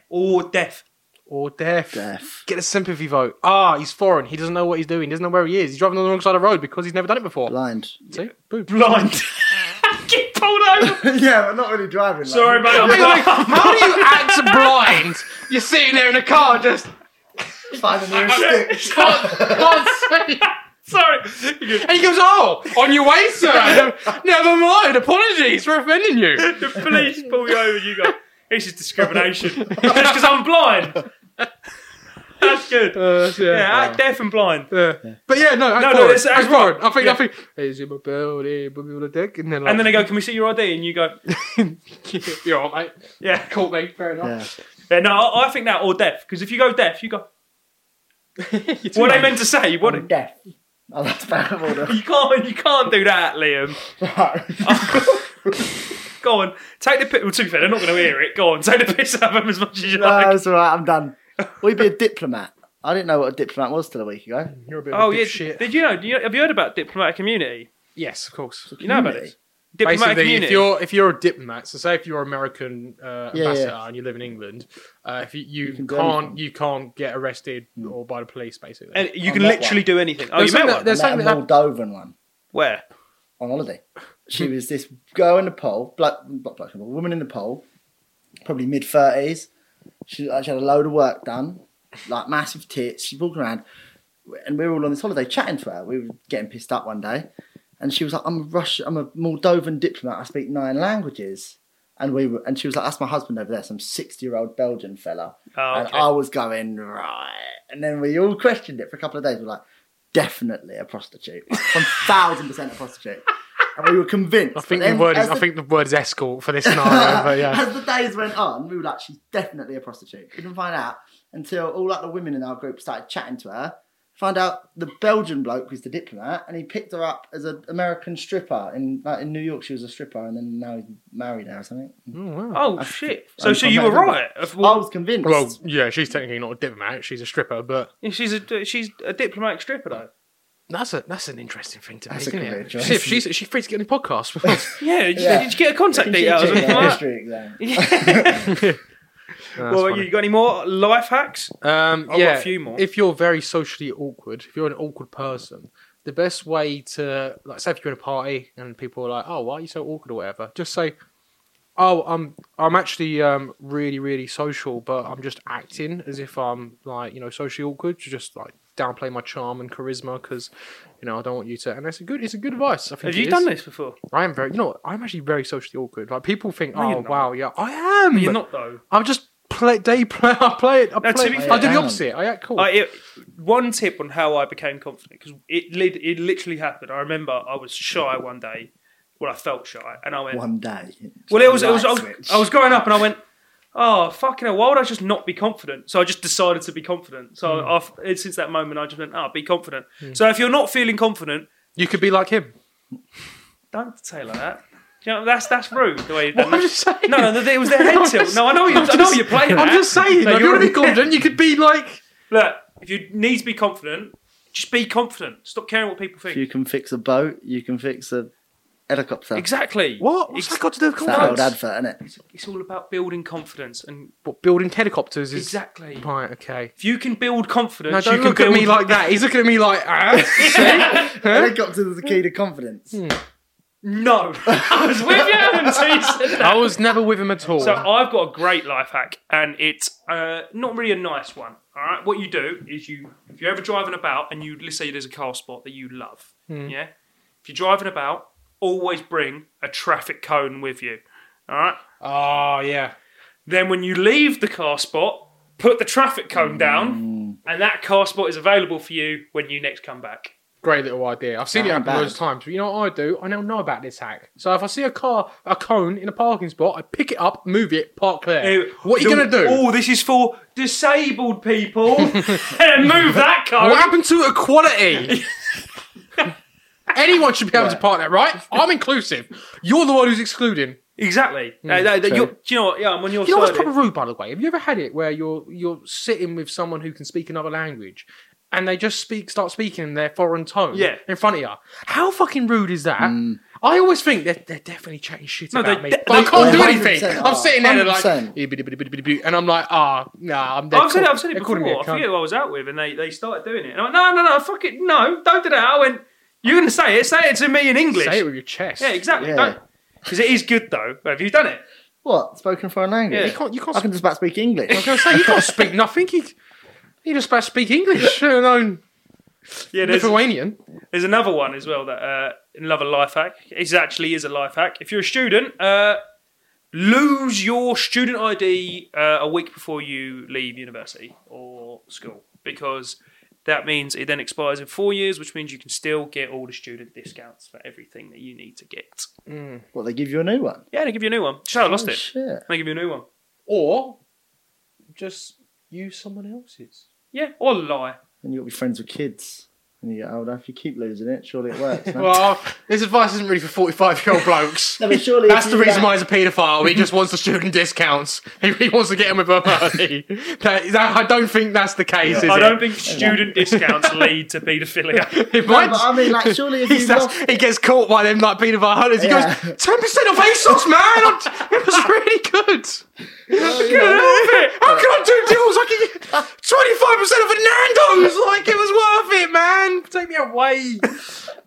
[SPEAKER 1] Or death.
[SPEAKER 3] or deaf.
[SPEAKER 2] Deaf.
[SPEAKER 3] Get a sympathy vote. Ah, he's foreign. He doesn't know what he's doing. He doesn't know where he is. He's driving on the wrong side of the road because he's never done it before.
[SPEAKER 2] Blind.
[SPEAKER 3] See? Boom.
[SPEAKER 1] Blind. Get pulled over.
[SPEAKER 2] yeah, but not really driving. like-
[SPEAKER 1] Sorry, mate. I'm
[SPEAKER 3] Hang on,
[SPEAKER 1] blind.
[SPEAKER 3] How do you act blind? You're sitting there in a car just
[SPEAKER 2] Find the nearest stick.
[SPEAKER 3] can't, can't see.
[SPEAKER 1] Sorry.
[SPEAKER 3] And he goes, "Oh, on your way, sir. Never mind. Apologies for offending you."
[SPEAKER 1] The police pull you over. You go. This is discrimination. Just because I'm blind. That's good.
[SPEAKER 3] Uh,
[SPEAKER 1] yeah,
[SPEAKER 3] yeah.
[SPEAKER 1] act deaf and blind.
[SPEAKER 3] yeah. But yeah, no, act
[SPEAKER 1] No, no,
[SPEAKER 3] forward.
[SPEAKER 1] it's- act
[SPEAKER 3] act forward. I think, I
[SPEAKER 1] Yeah.
[SPEAKER 3] think, is it my belly, baby, on the dick? And then, like,
[SPEAKER 1] And then they go, "Can we see your ID?" And you go,
[SPEAKER 3] you're all right, mate.
[SPEAKER 1] "Yeah,
[SPEAKER 3] Caught me, fair enough.
[SPEAKER 1] yeah." No, I, I think that or deaf. Because if you go deaf, you go.
[SPEAKER 3] You're too
[SPEAKER 1] What are they
[SPEAKER 3] late.
[SPEAKER 1] meant to say? What?
[SPEAKER 2] I'm deaf. Oh, that's bad order.
[SPEAKER 1] You can't. You can't do that, Liam. Go on, take the piss. Well, to be fair, they're not going to hear it. Go on, take the piss out of them as much as you
[SPEAKER 2] no,
[SPEAKER 1] like.
[SPEAKER 2] it's all right. I'm done. Will you be a diplomat? I didn't know what a diplomat was till a week ago.
[SPEAKER 3] You're a bit
[SPEAKER 1] Oh
[SPEAKER 3] of a
[SPEAKER 1] yeah,
[SPEAKER 3] dipshit.
[SPEAKER 1] did you know? do you- Have you heard about diplomatic community?
[SPEAKER 3] Yes, of course.
[SPEAKER 1] You know about it. Diplomatic
[SPEAKER 3] Basically,
[SPEAKER 1] community.
[SPEAKER 3] if you're if you're a diplomat, so say if you're American uh,
[SPEAKER 2] Yeah,
[SPEAKER 3] ambassador
[SPEAKER 2] yeah.
[SPEAKER 3] and you live in England, uh, if you, you,
[SPEAKER 2] can do
[SPEAKER 3] can
[SPEAKER 2] anything. Mm.
[SPEAKER 3] not you can't get arrested or by the police, basically.
[SPEAKER 1] and you
[SPEAKER 2] I
[SPEAKER 1] can
[SPEAKER 2] met
[SPEAKER 1] literally
[SPEAKER 2] one.
[SPEAKER 1] do anything. Oh, you
[SPEAKER 3] There's
[SPEAKER 1] met
[SPEAKER 3] something
[SPEAKER 1] one?
[SPEAKER 3] that-
[SPEAKER 2] There's
[SPEAKER 3] There's
[SPEAKER 2] I met a
[SPEAKER 3] something that-
[SPEAKER 2] Moldovan one
[SPEAKER 1] Where?
[SPEAKER 2] on holiday. She was this girl in the pole, bloke, not bloke, a woman in the pole, probably mid thirties. She, like, she had a load of work done, like massive tits. She's walking around, and we were all on this holiday chatting to her. We were getting pissed up one day, and she was like, "I'm a Russian, I'm a Moldovan diplomat. I speak nine languages." And we were, and she was like, "That's my husband over there, some sixty-year-old Belgian fella."
[SPEAKER 1] Oh,
[SPEAKER 2] and
[SPEAKER 1] okay.
[SPEAKER 2] I was going right, and then we all questioned it for a couple of days. We're like, "Definitely a prostitute, one thousand percent a prostitute," and we were convinced.
[SPEAKER 3] I think
[SPEAKER 2] But
[SPEAKER 3] the
[SPEAKER 2] then
[SPEAKER 3] word is
[SPEAKER 2] as
[SPEAKER 3] I
[SPEAKER 2] the-
[SPEAKER 3] think the word is escort for this scenario. but yeah,
[SPEAKER 2] as the days went on, we were like, she's definitely a prostitute. We didn't find out until all like the women in our group started chatting to her. Found out the Belgian bloke was the diplomat, and he picked her up as an American stripper in like in New York. She was a stripper, and then now he's married her or something.
[SPEAKER 1] Oh shit! So,
[SPEAKER 2] I'm-
[SPEAKER 1] so
[SPEAKER 2] I'm
[SPEAKER 1] you
[SPEAKER 2] not
[SPEAKER 1] were
[SPEAKER 2] even-
[SPEAKER 1] right. Of-
[SPEAKER 2] I was convinced.
[SPEAKER 3] Well, yeah, she's technically not a diplomat; she's a stripper. But
[SPEAKER 1] she's a she's a diplomatic stripper though.
[SPEAKER 3] that's a that's an interesting thing to
[SPEAKER 2] That's
[SPEAKER 3] make,
[SPEAKER 2] a
[SPEAKER 3] isn't
[SPEAKER 2] career
[SPEAKER 3] it?
[SPEAKER 2] choice.
[SPEAKER 3] See if she's she's free to get any podcasts.
[SPEAKER 1] Yeah. Did, you-
[SPEAKER 2] Yeah.
[SPEAKER 1] did you get a contact
[SPEAKER 2] Can she
[SPEAKER 1] details? or
[SPEAKER 2] cheat
[SPEAKER 1] anything
[SPEAKER 2] on a
[SPEAKER 1] like that?
[SPEAKER 2] history exam?
[SPEAKER 3] That's
[SPEAKER 1] Well,
[SPEAKER 3] funny.
[SPEAKER 1] you got any more life hacks?
[SPEAKER 3] Um,
[SPEAKER 1] I've
[SPEAKER 3] yeah,
[SPEAKER 1] got a few more.
[SPEAKER 3] If you're very socially awkward, if you're an awkward person, the best way to, like, say if you're in a party and people are like, "Oh, why are you so awkward?" or whatever, just say, "Oh, I'm I'm actually um really really social, but I'm just acting as if I'm like you know socially awkward to just like downplay my charm and charisma because you know I don't want you to." And that's a good it's a good advice. I
[SPEAKER 1] Have
[SPEAKER 3] think it
[SPEAKER 1] you
[SPEAKER 3] is.
[SPEAKER 1] done this before?
[SPEAKER 3] I am very you know I'm actually very socially awkward. Like people think,
[SPEAKER 1] No, you're
[SPEAKER 3] "Oh,
[SPEAKER 1] not.
[SPEAKER 3] wow, yeah, I am."
[SPEAKER 1] You're not though.
[SPEAKER 3] I'm just play day play. I play it. I
[SPEAKER 1] No, to
[SPEAKER 3] play.
[SPEAKER 1] be
[SPEAKER 3] I do
[SPEAKER 2] fair-
[SPEAKER 3] the opposite. I act cool.
[SPEAKER 1] I, it, one tip on how I became confident because it lit, it literally happened. I remember I was shy one day. Well, I felt shy, and I went.
[SPEAKER 2] One day.
[SPEAKER 1] well, it was, it was, I
[SPEAKER 2] Light
[SPEAKER 1] was
[SPEAKER 2] switch.
[SPEAKER 1] I was growing up, and I went. Oh fucking hell! Why would I just not be confident? So I just decided to be confident. So
[SPEAKER 3] Hmm.
[SPEAKER 1] I've, and since that moment, I just went, "Oh, be confident." So if you're not feeling confident,
[SPEAKER 3] You could be like him.
[SPEAKER 1] don't say like that. You know, that's that's rude. The way you
[SPEAKER 3] What I'm just saying.
[SPEAKER 1] No, no, it was their head
[SPEAKER 3] I'm
[SPEAKER 1] tilt.
[SPEAKER 3] just-
[SPEAKER 1] No, I know you. I know you're playing.
[SPEAKER 3] I'm
[SPEAKER 1] that.
[SPEAKER 3] just saying.
[SPEAKER 1] No,
[SPEAKER 3] if you
[SPEAKER 1] you're-
[SPEAKER 3] want to be confident, you could be like.
[SPEAKER 1] Look, if you need to be confident, just be confident. Stop caring what people think.
[SPEAKER 2] If you can fix a boat, you can fix a helicopter.
[SPEAKER 1] Exactly.
[SPEAKER 3] What? What's
[SPEAKER 1] It's,
[SPEAKER 3] that got to do with
[SPEAKER 2] It's that old
[SPEAKER 3] confidence?
[SPEAKER 2] advert, isn't it?
[SPEAKER 1] it's all about building confidence, and
[SPEAKER 3] What, building helicopters is
[SPEAKER 1] exactly.
[SPEAKER 3] right. Okay.
[SPEAKER 1] If you can build confidence,
[SPEAKER 3] No, don't
[SPEAKER 1] you can
[SPEAKER 3] look at
[SPEAKER 1] build...
[SPEAKER 3] me like that. He's looking at me like. Ah,
[SPEAKER 2] Helicopters is the key to confidence.
[SPEAKER 1] No, I was with you until you said that.
[SPEAKER 3] I was never with him at all.
[SPEAKER 1] So I've got a great life hack, and it's uh, not really a nice one. All right, what you do is you, if you're ever driving about and you let's say there's a car spot that you love,
[SPEAKER 3] Hmm.
[SPEAKER 1] yeah. If you're driving about, always bring a traffic cone with you. All right.
[SPEAKER 3] oh yeah.
[SPEAKER 1] Then when you leave the car spot, put the traffic cone
[SPEAKER 3] Mm.
[SPEAKER 1] down, and that car spot is available for you when you next come back.
[SPEAKER 3] Great little idea. I've seen
[SPEAKER 2] Not
[SPEAKER 3] it happen
[SPEAKER 2] bad.
[SPEAKER 3] loads of times, but you know what I do? I now know about this hack. So if I see a car, a cone in a parking spot, I pick it up, move it, park there.
[SPEAKER 1] Hey,
[SPEAKER 3] what are you
[SPEAKER 1] the-
[SPEAKER 3] gonna do?
[SPEAKER 1] Oh, this is for disabled people. and move that car.
[SPEAKER 3] What happened to equality? Anyone should be able to
[SPEAKER 2] Yeah.
[SPEAKER 3] part that, right? I'm inclusive. You're the one who's excluding.
[SPEAKER 1] Exactly. Uh, that- that-
[SPEAKER 2] true.
[SPEAKER 1] you're- do you know what? Yeah, I'm on your
[SPEAKER 3] Hmm. You know
[SPEAKER 1] side.
[SPEAKER 3] what's
[SPEAKER 1] here.
[SPEAKER 3] proper rude, by the way? Have you ever had it where you're you're sitting with someone who can speak another language and they just speak start speaking in their foreign tone
[SPEAKER 1] Yeah.
[SPEAKER 3] in front of you. How fucking rude is that? I always think they're, they're definitely chatting shit
[SPEAKER 1] No,
[SPEAKER 3] about
[SPEAKER 1] they
[SPEAKER 3] me,
[SPEAKER 1] de-
[SPEAKER 3] but I
[SPEAKER 1] they
[SPEAKER 3] can't do
[SPEAKER 2] 100%
[SPEAKER 3] anything.
[SPEAKER 2] are.
[SPEAKER 3] I'm sitting there like,
[SPEAKER 2] 100%.
[SPEAKER 3] "Eh, bidi, bidi, bidi, bidi, bidi," and I'm like, ah, nah, I'm dead.
[SPEAKER 1] I've said it, I've said it
[SPEAKER 3] They're calling
[SPEAKER 1] before.
[SPEAKER 3] me a
[SPEAKER 1] I
[SPEAKER 3] cunt.
[SPEAKER 1] forget who I was out with, and they, they started doing it. And I went, no, no, no, fuck it, no, don't do that. I went, you're going to say it, say it to me in English.
[SPEAKER 3] Say it with your chest.
[SPEAKER 1] yeah, exactly.
[SPEAKER 2] Yeah.
[SPEAKER 1] Don't. Because it is good though. Have you done it?
[SPEAKER 2] What? Spoken foreign language?
[SPEAKER 1] Yeah.
[SPEAKER 3] You can't. You can't.
[SPEAKER 2] I can just about speak English.
[SPEAKER 3] I was gonna say you can't speak nothing. You, you just about speak English. You know,
[SPEAKER 1] Yeah, there's,
[SPEAKER 3] Lithuanian.
[SPEAKER 1] there's another one as well that uh, another life hack. It actually is a life hack. If you're a student, uh, lose your student ID uh, a week before you leave university or school because that means it then expires in four years, which means you can still get all the student discounts for everything that you need to get.
[SPEAKER 2] Well, they give you a new one.
[SPEAKER 1] Yeah, they give you a new one. Just how I lost
[SPEAKER 2] Oh,
[SPEAKER 1] it.
[SPEAKER 2] shit.
[SPEAKER 1] They give you a new one.
[SPEAKER 3] Or just use someone else's.
[SPEAKER 1] Yeah, or lie.
[SPEAKER 2] And you'll be friends with kids when you get older. If you keep losing it, surely it works. no?
[SPEAKER 3] Well, this advice isn't really for 45 year old blokes.
[SPEAKER 2] No, but surely
[SPEAKER 3] That's
[SPEAKER 2] if
[SPEAKER 3] the
[SPEAKER 2] you do
[SPEAKER 3] reason
[SPEAKER 2] that-
[SPEAKER 3] why he's a paedophile. He just wants the student discounts. He really wants to get him with her money. That- that- I don't think that's the case, is
[SPEAKER 1] I
[SPEAKER 3] it?
[SPEAKER 1] don't think student discounts lead to paedophilia.
[SPEAKER 3] It
[SPEAKER 2] No,
[SPEAKER 3] might-
[SPEAKER 2] but I mean, like, surely if
[SPEAKER 3] He's-
[SPEAKER 2] you
[SPEAKER 3] that's-
[SPEAKER 2] lost,
[SPEAKER 3] he gets caught by them like paedophile hunters. He
[SPEAKER 2] Yeah.
[SPEAKER 3] goes, 10% off ASOS, man! I'm t- it was really good.
[SPEAKER 2] you know,
[SPEAKER 3] How can I do deals? I can get 25% off a Nando's! Like, it was worth it, man! Take me away!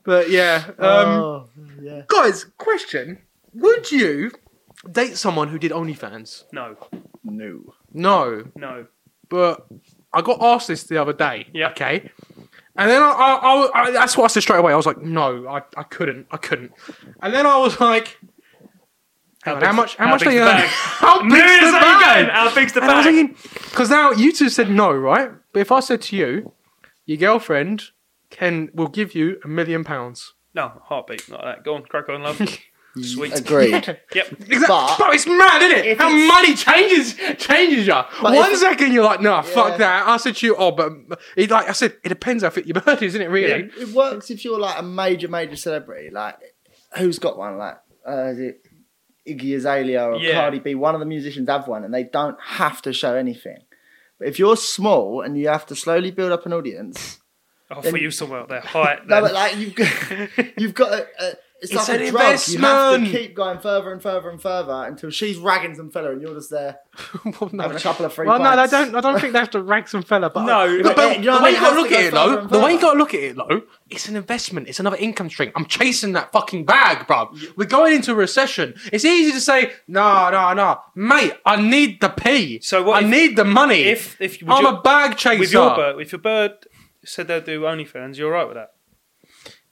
[SPEAKER 3] But yeah. Um,
[SPEAKER 2] oh, yeah.
[SPEAKER 3] Guys, question. Would you date someone who did OnlyFans?
[SPEAKER 1] No,
[SPEAKER 2] No.
[SPEAKER 3] No,
[SPEAKER 1] no.
[SPEAKER 3] but I got asked this the other day.
[SPEAKER 1] Yeah.
[SPEAKER 3] Okay. And then I, I, I, I- that's what I said straight away. I was like, no, I, I couldn't, I couldn't. And then I was like,
[SPEAKER 1] How,
[SPEAKER 3] how much, how, much
[SPEAKER 1] big's
[SPEAKER 3] they
[SPEAKER 1] the
[SPEAKER 3] earn?
[SPEAKER 1] bag?
[SPEAKER 3] How big's
[SPEAKER 1] Knew it
[SPEAKER 3] the
[SPEAKER 1] was only going.
[SPEAKER 3] bag?
[SPEAKER 1] How big's the
[SPEAKER 3] And I was
[SPEAKER 1] bag?
[SPEAKER 3] thinking, because now you two said no, right? But if I said to you, your girlfriend can will give you a million pounds.
[SPEAKER 1] No, heartbeat, not that. Go on, crack on, love. Sweet.
[SPEAKER 2] Agreed.
[SPEAKER 1] Yep.
[SPEAKER 2] But-
[SPEAKER 3] But, but it's mad, isn't it?
[SPEAKER 2] If
[SPEAKER 3] How
[SPEAKER 2] it's-
[SPEAKER 3] money changes changes you.
[SPEAKER 2] But
[SPEAKER 3] One
[SPEAKER 2] if-
[SPEAKER 3] second you're like, nah,
[SPEAKER 2] Yeah.
[SPEAKER 3] fuck that. I said to you, oh, but it, like I said, it depends how fit your bird is, isn't it? Really?
[SPEAKER 2] It works if you're like a major, major celebrity. Like, who's got one? Like, uh, is it Iggy Azalea or
[SPEAKER 1] Yeah.
[SPEAKER 2] Cardi B? One of the musicians have one, and they don't have to show anything. But if you're small and you have to slowly build up an audience,
[SPEAKER 1] Oh, for you somewhere out there. um, Height.
[SPEAKER 2] no,
[SPEAKER 1] then.
[SPEAKER 2] but like you've got, you've got a, a, it's,
[SPEAKER 3] It's
[SPEAKER 2] like
[SPEAKER 3] an
[SPEAKER 2] a drug. You
[SPEAKER 3] investment.
[SPEAKER 2] have to keep going further and further and further until she's ragging some fella, and you're just there.
[SPEAKER 3] well, no,
[SPEAKER 2] Have a couple of free
[SPEAKER 3] well, no, I
[SPEAKER 2] pints.
[SPEAKER 3] don't. I don't think they have to rank some fella. But
[SPEAKER 1] No,
[SPEAKER 3] No,
[SPEAKER 1] but
[SPEAKER 3] but
[SPEAKER 2] you know what
[SPEAKER 3] the
[SPEAKER 2] I
[SPEAKER 3] way
[SPEAKER 2] mean?
[SPEAKER 3] you
[SPEAKER 2] It has
[SPEAKER 3] got to look
[SPEAKER 2] to go
[SPEAKER 3] at it,
[SPEAKER 2] further
[SPEAKER 3] though,
[SPEAKER 2] and
[SPEAKER 3] the way you
[SPEAKER 2] further.
[SPEAKER 3] got to look at it, though, it's an investment. It's another income stream. I'm chasing that fucking bag, bruv. We're going into a recession. It's easy to say, nah, nah, nah, mate. I need the pee.
[SPEAKER 1] So what
[SPEAKER 3] I
[SPEAKER 1] if-
[SPEAKER 3] need the money.
[SPEAKER 1] if- if- would
[SPEAKER 3] I'm
[SPEAKER 1] you-
[SPEAKER 3] a bag chaser,
[SPEAKER 1] with your bird, if your bird said they'll do OnlyFans, you're all right with that.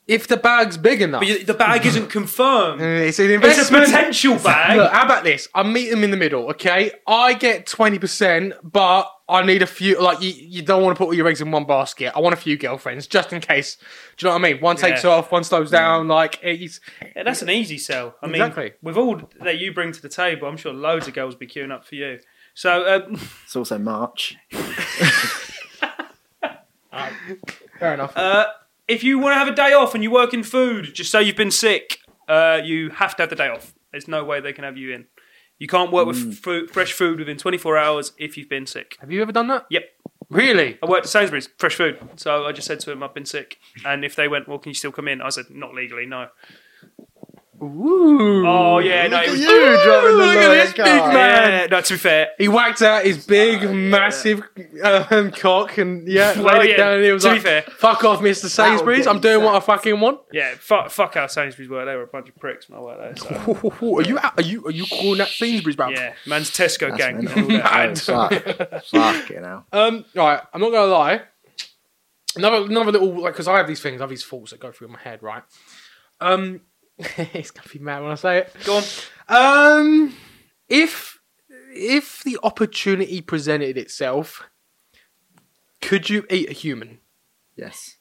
[SPEAKER 3] if the bag's big enough.
[SPEAKER 1] But you, the bag isn't confirmed.
[SPEAKER 3] It's an
[SPEAKER 1] It's a
[SPEAKER 3] Mm. investment.
[SPEAKER 1] potential
[SPEAKER 3] Look,
[SPEAKER 1] bag.
[SPEAKER 3] how about this? I meet them in the middle, okay? I get 20%, but I need a few. Like, you, you don't want to put all your eggs in one basket. I want a few girlfriends just in case. Do you know what I mean? One takes
[SPEAKER 1] Yeah.
[SPEAKER 3] off, one slows down. Like, it's.
[SPEAKER 1] Yeah, that's an easy sell. I mean,
[SPEAKER 3] Exactly.
[SPEAKER 1] with all that you bring to the table, I'm sure loads of girls be queuing up for you. So, um,
[SPEAKER 2] It's also March.
[SPEAKER 3] Fair enough.
[SPEAKER 1] uh, if you want to have a day off and you work in food, just say you've been sick, uh, you have to have the day off. There's no way they can have you in. You can't work with f- fresh food within 24 hours if you've been sick.
[SPEAKER 3] Have you ever done that?
[SPEAKER 1] Yep.
[SPEAKER 3] Really?
[SPEAKER 1] I worked at Sainsbury's, fresh food. So I just said to him, I've been sick. And if they went, well, can you still come in? I said, not legally, no.
[SPEAKER 3] Ooh.
[SPEAKER 1] Oh, yeah, no.
[SPEAKER 2] Look
[SPEAKER 1] It
[SPEAKER 2] at
[SPEAKER 1] was,
[SPEAKER 2] you driving the
[SPEAKER 3] Look at
[SPEAKER 2] lorry
[SPEAKER 3] this big
[SPEAKER 2] car.
[SPEAKER 3] man.
[SPEAKER 1] yeah, no, to be fair.
[SPEAKER 3] He whacked out his big, massive um, cock and, yeah,
[SPEAKER 1] Well,
[SPEAKER 3] laid it
[SPEAKER 1] yeah,
[SPEAKER 3] down. And he was
[SPEAKER 1] to be
[SPEAKER 3] like,
[SPEAKER 1] fair.
[SPEAKER 3] fuck off, Mr. Sainsbury's.
[SPEAKER 2] get
[SPEAKER 3] I'm
[SPEAKER 2] you
[SPEAKER 3] doing what I
[SPEAKER 2] sacked."
[SPEAKER 3] fucking want.
[SPEAKER 1] Yeah, fuck, fuck how Sainsbury's were. They were a bunch of pricks when I worked there. So,
[SPEAKER 3] Are you, are you, are you calling that Sainsbury's, bruv?
[SPEAKER 1] yeah, man's Tesco
[SPEAKER 2] That's
[SPEAKER 1] gang.
[SPEAKER 2] mental. Oh, fuck. fuck, you know.
[SPEAKER 3] Um, all right, I'm not gonna lie. Another, another little like because I have these things, I have these thoughts that go through my head, right? Um, it's gonna be mad when I say it.
[SPEAKER 1] Go on.
[SPEAKER 3] Um, if if the opportunity presented itself, could you eat a human?
[SPEAKER 2] Yes.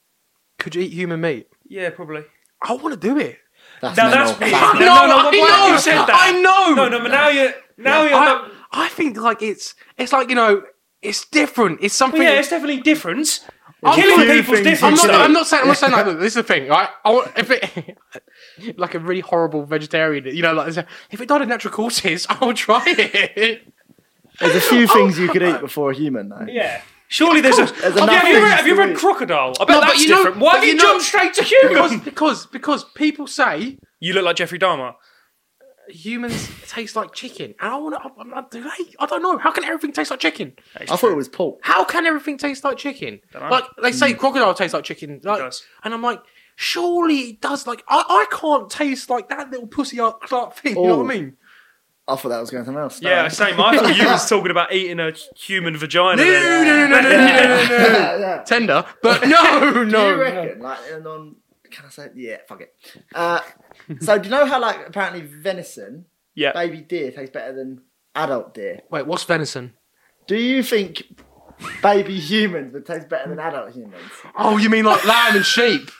[SPEAKER 3] Could you eat human meat?
[SPEAKER 1] Yeah, probably.
[SPEAKER 3] I want to do it.
[SPEAKER 2] That's
[SPEAKER 1] Now
[SPEAKER 2] mental.
[SPEAKER 1] that's weird.
[SPEAKER 2] Fuck.
[SPEAKER 1] No, no,
[SPEAKER 3] I
[SPEAKER 1] but why
[SPEAKER 3] know.
[SPEAKER 1] you said that?
[SPEAKER 3] I know.
[SPEAKER 1] No, no, but now you're. Now you're.
[SPEAKER 3] I, I think like it's it's like you know it's different. It's something.
[SPEAKER 1] Well, yeah, it's definitely different.
[SPEAKER 3] I'm
[SPEAKER 1] Killing
[SPEAKER 3] not-
[SPEAKER 1] people's different.
[SPEAKER 3] I'm not,
[SPEAKER 1] though.
[SPEAKER 3] I'm not saying. I'm not saying like look, this is the thing, right? I want, if it like a really horrible vegetarian, you know, like if it died of natural causes, I will try it. Oh.
[SPEAKER 2] There's a few things you could eat before a human, though.
[SPEAKER 1] Yeah. Surely there's a. have,
[SPEAKER 2] There's
[SPEAKER 1] you, have you
[SPEAKER 2] enough
[SPEAKER 1] read, have you
[SPEAKER 2] things to
[SPEAKER 1] read
[SPEAKER 2] read.
[SPEAKER 1] Crocodile? I bet that's different. Why
[SPEAKER 3] but
[SPEAKER 1] have you,
[SPEAKER 3] know-
[SPEAKER 1] jumped straight to humans?
[SPEAKER 3] Because, because because people say
[SPEAKER 1] you look like Jeffrey Dahmer.
[SPEAKER 3] humans taste like chicken, and I want to. Do they? I don't know. How can everything taste like chicken?
[SPEAKER 2] I thought it was pork.
[SPEAKER 3] How can everything taste like chicken?
[SPEAKER 1] know.
[SPEAKER 3] Like they say,
[SPEAKER 1] Hmm.
[SPEAKER 3] crocodile tastes like chicken. Like,
[SPEAKER 1] does.
[SPEAKER 3] And I'm like, surely it does. Like I, I can't taste like that little pussy art Clark thing. You know what I
[SPEAKER 2] Oh.
[SPEAKER 3] mean?
[SPEAKER 2] I thought that was going something else. No.
[SPEAKER 1] Yeah, same. I thought you was talking about eating a human vagina.
[SPEAKER 3] No, no,
[SPEAKER 1] then.
[SPEAKER 3] no, no, no, no, no, no.
[SPEAKER 2] yeah, yeah.
[SPEAKER 3] Tender, but no, no.
[SPEAKER 2] Do you
[SPEAKER 3] no.
[SPEAKER 2] reckon? Like, and on, can I say? Yeah, fuck it. Uh, so do you know how like apparently venison,
[SPEAKER 1] Yeah.
[SPEAKER 2] baby deer tastes better than adult deer?
[SPEAKER 3] Wait, what's venison?
[SPEAKER 2] Do you think baby humans would taste better than adult humans?
[SPEAKER 3] Oh, you mean like lamb and sheep?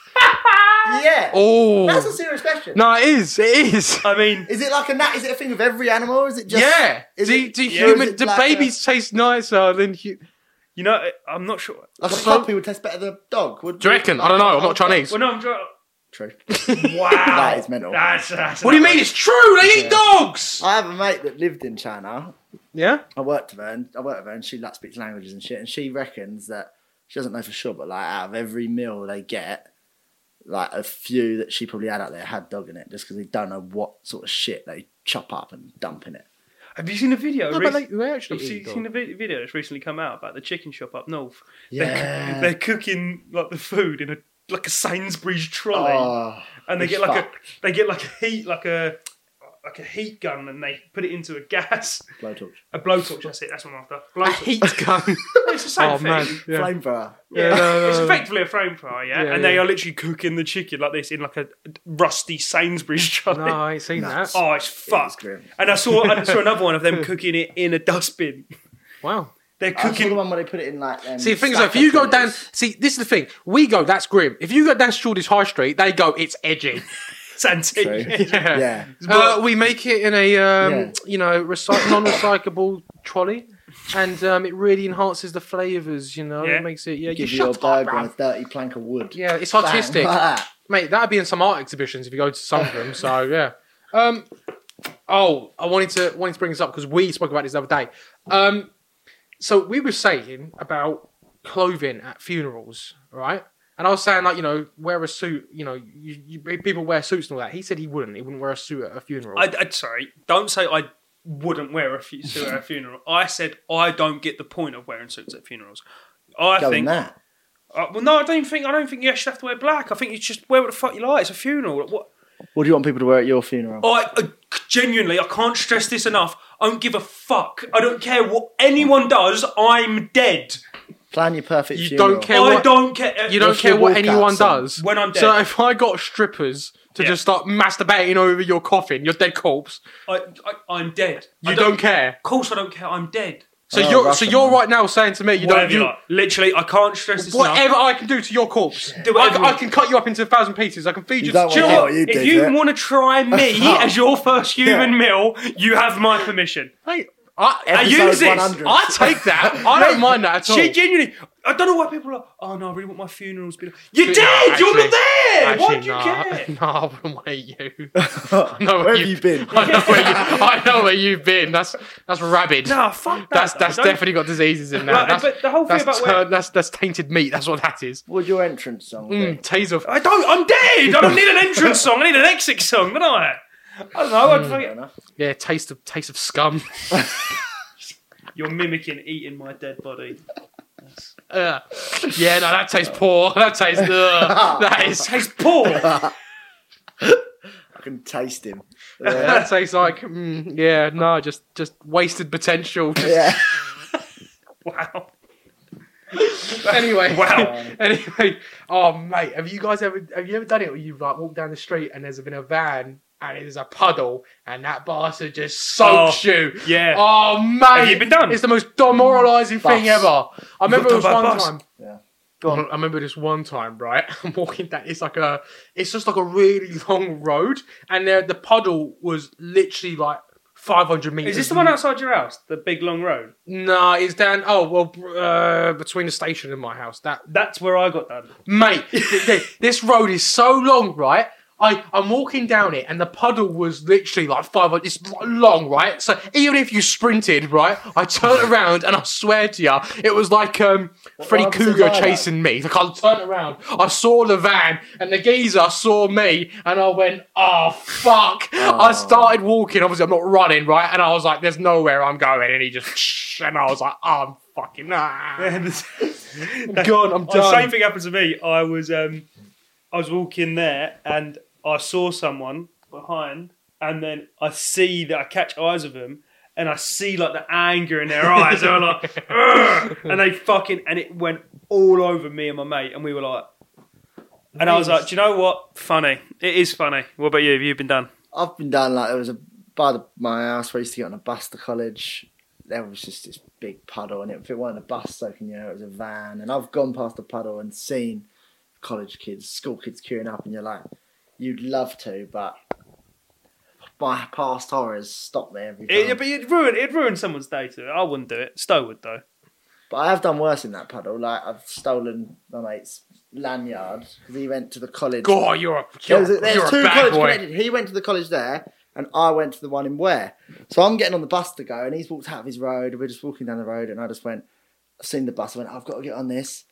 [SPEAKER 2] Yeah.
[SPEAKER 3] Oh,
[SPEAKER 2] That's a serious question.
[SPEAKER 3] no, it is. It is.
[SPEAKER 1] I mean,
[SPEAKER 2] Is it like a nat? Is it a thing with every animal? Or is it just?
[SPEAKER 3] yeah.
[SPEAKER 2] Is
[SPEAKER 3] do
[SPEAKER 2] it-
[SPEAKER 3] do
[SPEAKER 2] or is
[SPEAKER 3] human
[SPEAKER 2] it
[SPEAKER 3] do
[SPEAKER 2] like
[SPEAKER 3] babies taste nicer than hu-
[SPEAKER 1] you know, I'm not sure.
[SPEAKER 2] A, like a
[SPEAKER 3] So-
[SPEAKER 2] puppy would taste better than a dog. Would
[SPEAKER 3] Do you reckon? I don't know. I'm not Chinese.
[SPEAKER 1] Well, no, I'm. dr-
[SPEAKER 2] True.
[SPEAKER 1] Wow,
[SPEAKER 2] That is mental.
[SPEAKER 1] That's, that's
[SPEAKER 3] What do you mean? It's true. They eat dogs.
[SPEAKER 2] I have a mate that lived in China.
[SPEAKER 3] Yeah.
[SPEAKER 2] I worked with her, and I worked with her, and she like speaks languages and shit. And she reckons that she doesn't know for sure, but like out of every meal they get, like a few that she probably had out there had dog in it, just because they don't know what sort of shit they chop up and dump in it.
[SPEAKER 1] Have you seen a video?
[SPEAKER 3] No,
[SPEAKER 1] rec-
[SPEAKER 3] but they, they actually
[SPEAKER 1] Have you
[SPEAKER 3] eat
[SPEAKER 1] seen
[SPEAKER 3] dogs.
[SPEAKER 1] a vi- video that's recently come out about the chicken shop up north?
[SPEAKER 2] Yeah.
[SPEAKER 1] They're, they're cooking like the food in a like a Sainsbury's trolley,
[SPEAKER 2] Oh,
[SPEAKER 1] and they
[SPEAKER 2] it's
[SPEAKER 1] get like
[SPEAKER 2] fucked.
[SPEAKER 1] a they get like a heat like a like a heat gun, and they put it into a gas
[SPEAKER 2] blowtorch,
[SPEAKER 1] a blowtorch. That's it. That's what I'm after.
[SPEAKER 3] A
[SPEAKER 1] Blowtorch.
[SPEAKER 3] heat gun.
[SPEAKER 1] It's the same
[SPEAKER 3] oh
[SPEAKER 1] thing.
[SPEAKER 3] man. Yeah.
[SPEAKER 2] flamethrower.
[SPEAKER 1] Yeah,
[SPEAKER 3] Yeah, no, no,
[SPEAKER 1] it's
[SPEAKER 3] no.
[SPEAKER 1] effectively a frame fryer, yeah?
[SPEAKER 3] Yeah,
[SPEAKER 1] and
[SPEAKER 3] yeah.
[SPEAKER 1] they are literally cooking the chicken like this in like a rusty Sainsbury's trolley.
[SPEAKER 3] No, I ain't seen that.
[SPEAKER 1] Oh, it's fucked.
[SPEAKER 2] grim.
[SPEAKER 1] and I saw I saw another one of them cooking it in a dustbin.
[SPEAKER 3] Wow.
[SPEAKER 1] They're
[SPEAKER 2] I saw the
[SPEAKER 1] cooking.
[SPEAKER 2] one where they put it in like. Um,
[SPEAKER 3] See, the thing is, though, if you go down, see, this is the thing. We go, that's grim. If you go down Shoreditch High Street, they go, it's edgy.
[SPEAKER 1] It's antique.
[SPEAKER 2] True. Yeah.
[SPEAKER 3] Uh, we make it in a, um,
[SPEAKER 2] Yeah.
[SPEAKER 3] you know, recy- non-recyclable trolley, and um, it really enhances the flavours. You know,
[SPEAKER 1] Yeah.
[SPEAKER 3] it makes it. Yeah, you
[SPEAKER 2] give you a
[SPEAKER 3] shut up,
[SPEAKER 2] vibe on a
[SPEAKER 3] bruv.
[SPEAKER 2] dirty plank of wood.
[SPEAKER 3] Yeah, it's
[SPEAKER 2] Bang,
[SPEAKER 3] artistic,
[SPEAKER 2] like that.
[SPEAKER 3] mate. That'd be in some art exhibitions if you go to some of them. So yeah. Um, oh, I wanted to wanted to bring this up because we spoke about this the other day. Um, so we were saying about clothing at funerals, right? And I was saying like, you know, wear a suit. You know, you, you, people wear suits and all that. He said he wouldn't. He wouldn't wear a suit at a funeral.
[SPEAKER 1] I, I, sorry, don't say I wouldn't wear a fu- suit at a funeral. I said I don't get the point of wearing suits at funerals. I
[SPEAKER 2] Go on
[SPEAKER 1] think.
[SPEAKER 2] that.
[SPEAKER 1] Uh, well, no, I don't think. I don't think you should have to wear black. I think you just wear what the fuck you like. It's a funeral. What?
[SPEAKER 2] What do you want people to wear at your funeral?
[SPEAKER 3] Oh,
[SPEAKER 1] I, I genuinely, I can't stress this enough. I don't give a fuck. I don't care what anyone does. I'm dead.
[SPEAKER 2] Plan your perfect
[SPEAKER 3] You
[SPEAKER 2] funeral.
[SPEAKER 3] don't care
[SPEAKER 1] I
[SPEAKER 3] what-
[SPEAKER 1] don't care. Uh,
[SPEAKER 3] you don't
[SPEAKER 2] What's
[SPEAKER 3] care
[SPEAKER 2] your
[SPEAKER 3] what
[SPEAKER 2] walkout
[SPEAKER 3] anyone
[SPEAKER 2] song?
[SPEAKER 3] does.
[SPEAKER 1] When I'm
[SPEAKER 3] So
[SPEAKER 1] dead.
[SPEAKER 3] if I got strippers to
[SPEAKER 1] Yeah.
[SPEAKER 3] just start masturbating over your coffin, your dead corpse,
[SPEAKER 1] I, I, I'm dead.
[SPEAKER 3] you
[SPEAKER 1] I
[SPEAKER 3] don't, care.
[SPEAKER 1] Of course, I don't care. I'm dead.
[SPEAKER 3] So
[SPEAKER 2] Oh,
[SPEAKER 3] you're so
[SPEAKER 2] Russian,
[SPEAKER 3] you're
[SPEAKER 2] man.
[SPEAKER 3] right now saying to me you
[SPEAKER 1] Whatever
[SPEAKER 3] don't you,
[SPEAKER 1] you like. Literally, I can't stress this enough.
[SPEAKER 3] whatever I can do to your corpse.
[SPEAKER 1] Do
[SPEAKER 3] I,
[SPEAKER 1] whatever
[SPEAKER 3] I
[SPEAKER 1] you-
[SPEAKER 3] can cut you up into a thousand pieces. I can feed you.
[SPEAKER 2] You don't
[SPEAKER 3] to
[SPEAKER 1] Do you
[SPEAKER 2] Yeah,
[SPEAKER 1] know
[SPEAKER 2] well,
[SPEAKER 1] what?
[SPEAKER 2] you
[SPEAKER 1] if
[SPEAKER 2] did
[SPEAKER 1] you
[SPEAKER 2] that.
[SPEAKER 1] want to try me
[SPEAKER 2] Oh.
[SPEAKER 1] as your first human meal, you have my permission.
[SPEAKER 3] Mate, I, I,
[SPEAKER 1] Episode
[SPEAKER 3] use this.
[SPEAKER 2] 100.
[SPEAKER 3] I take that. I don't mind that at all.
[SPEAKER 1] She genuinely. I don't know why people are. Oh no, I really want my funerals. Be like, you
[SPEAKER 3] No,
[SPEAKER 1] did. You're
[SPEAKER 3] actually-
[SPEAKER 1] not there. why
[SPEAKER 3] Actually,
[SPEAKER 1] do you
[SPEAKER 3] nah,
[SPEAKER 1] care?
[SPEAKER 3] No, I wouldn't wait you. No,
[SPEAKER 2] Where have you been?
[SPEAKER 3] I know where you. I know where you've been. That's that's rabid.
[SPEAKER 1] Nah, fuck that.
[SPEAKER 3] That's
[SPEAKER 1] though.
[SPEAKER 3] that's
[SPEAKER 1] Don't-
[SPEAKER 3] definitely got diseases in there.
[SPEAKER 1] Right,
[SPEAKER 3] that's,
[SPEAKER 1] but the whole thing
[SPEAKER 3] that's,
[SPEAKER 1] about
[SPEAKER 3] tur-
[SPEAKER 1] where-
[SPEAKER 3] that's that's tainted meat. That's what that is.
[SPEAKER 2] Would your entrance song be?
[SPEAKER 3] Mm, taser.
[SPEAKER 1] I don't. I'm dead. I don't need an entrance song. I need an exit song, don't I? I don't know.
[SPEAKER 3] Hmm.
[SPEAKER 1] I'd
[SPEAKER 2] Fair
[SPEAKER 1] fucking-
[SPEAKER 2] enough.
[SPEAKER 3] Yeah, taste of taste of scum.
[SPEAKER 1] You're mimicking eating my dead body.
[SPEAKER 3] Ugh. Uh, yeah, no, that tastes poor. That tastes. ugh. that is.
[SPEAKER 1] Tastes poor.
[SPEAKER 2] I can taste him.
[SPEAKER 3] That tastes like. Mm, yeah, no, just just wasted potential. Just-
[SPEAKER 2] Yeah.
[SPEAKER 1] Wow.
[SPEAKER 3] Anyway,
[SPEAKER 1] Wow.
[SPEAKER 3] anyway, oh mate, have you guys ever have you ever done it? Where you like walk down the street and there's been a van and there's a puddle and that bastard just soaks
[SPEAKER 1] Oh,
[SPEAKER 3] you.
[SPEAKER 1] yeah.
[SPEAKER 3] Oh mate,
[SPEAKER 1] you been done?
[SPEAKER 3] It's the most demoralising
[SPEAKER 2] Bus.
[SPEAKER 3] thing ever. I remember
[SPEAKER 1] got
[SPEAKER 3] it was
[SPEAKER 1] done by a
[SPEAKER 3] one
[SPEAKER 1] bus?
[SPEAKER 3] time.
[SPEAKER 2] Yeah.
[SPEAKER 3] Go on. I remember this one time, right? I'm walking down. It's like a, it's just like a really long road, and there the puddle was literally like 500 meters.
[SPEAKER 1] Is this the one outside your house? The big long road.
[SPEAKER 3] No, it's down. Oh well, uh, between the station and my house. That
[SPEAKER 1] That's where I got done.
[SPEAKER 3] mate, th- th- this road is so long, right? I, I'm walking down it, and the puddle was literally like five. It's long, right? So even if you sprinted, right, I turned around, and I swear to you, it was like um, Freddy
[SPEAKER 2] what happens in
[SPEAKER 3] Cougar
[SPEAKER 2] Lilac?
[SPEAKER 3] chasing me. Like I turned around, I saw the van, and the geezer saw me, and I went, "Oh fuck!" I started walking. Obviously, I'm not running, right? And I was like, "There's nowhere I'm going," and he just, and I was like, oh, "I'm fucking ah, gone. I'm
[SPEAKER 1] Oh, The same
[SPEAKER 3] done."
[SPEAKER 1] thing happened to me. I was um, I was walking there and I saw someone behind, and then I see that I catch eyes of them, and I see like the anger in their eyes. They were like, "Ugh," and they fucking and it went all over me and my mate, and we were like. And I was like, do you know what? Funny. It is funny. What about you? Have you been done?
[SPEAKER 2] I've been down like there was a by the, my house where I used to get on a bus to college. There was just this big puddle, and if it wasn't a bus, so can you know it was a van. And I've gone past the puddle and seen college kids, school kids queuing up, and you're like, you'd love to, but my past horrors stop me every time.
[SPEAKER 1] It, but it ruined it ruined someone's day to it. I wouldn't do it. Stowe would though.
[SPEAKER 2] But I have done worse in that puddle. Like I've stolen my mate's lanyard because he went to the college.
[SPEAKER 3] God, you're a,
[SPEAKER 2] There
[SPEAKER 3] you're,
[SPEAKER 2] was- there's
[SPEAKER 3] you're a
[SPEAKER 2] two
[SPEAKER 3] bad
[SPEAKER 2] college
[SPEAKER 3] boy.
[SPEAKER 2] connected. He went to the college there, and I went to the one in Ware. So I'm getting on the bus to go, and he's walked out of his road. We're just walking down the road, and I just went, I've seen the bus. I went, I've got to get on this.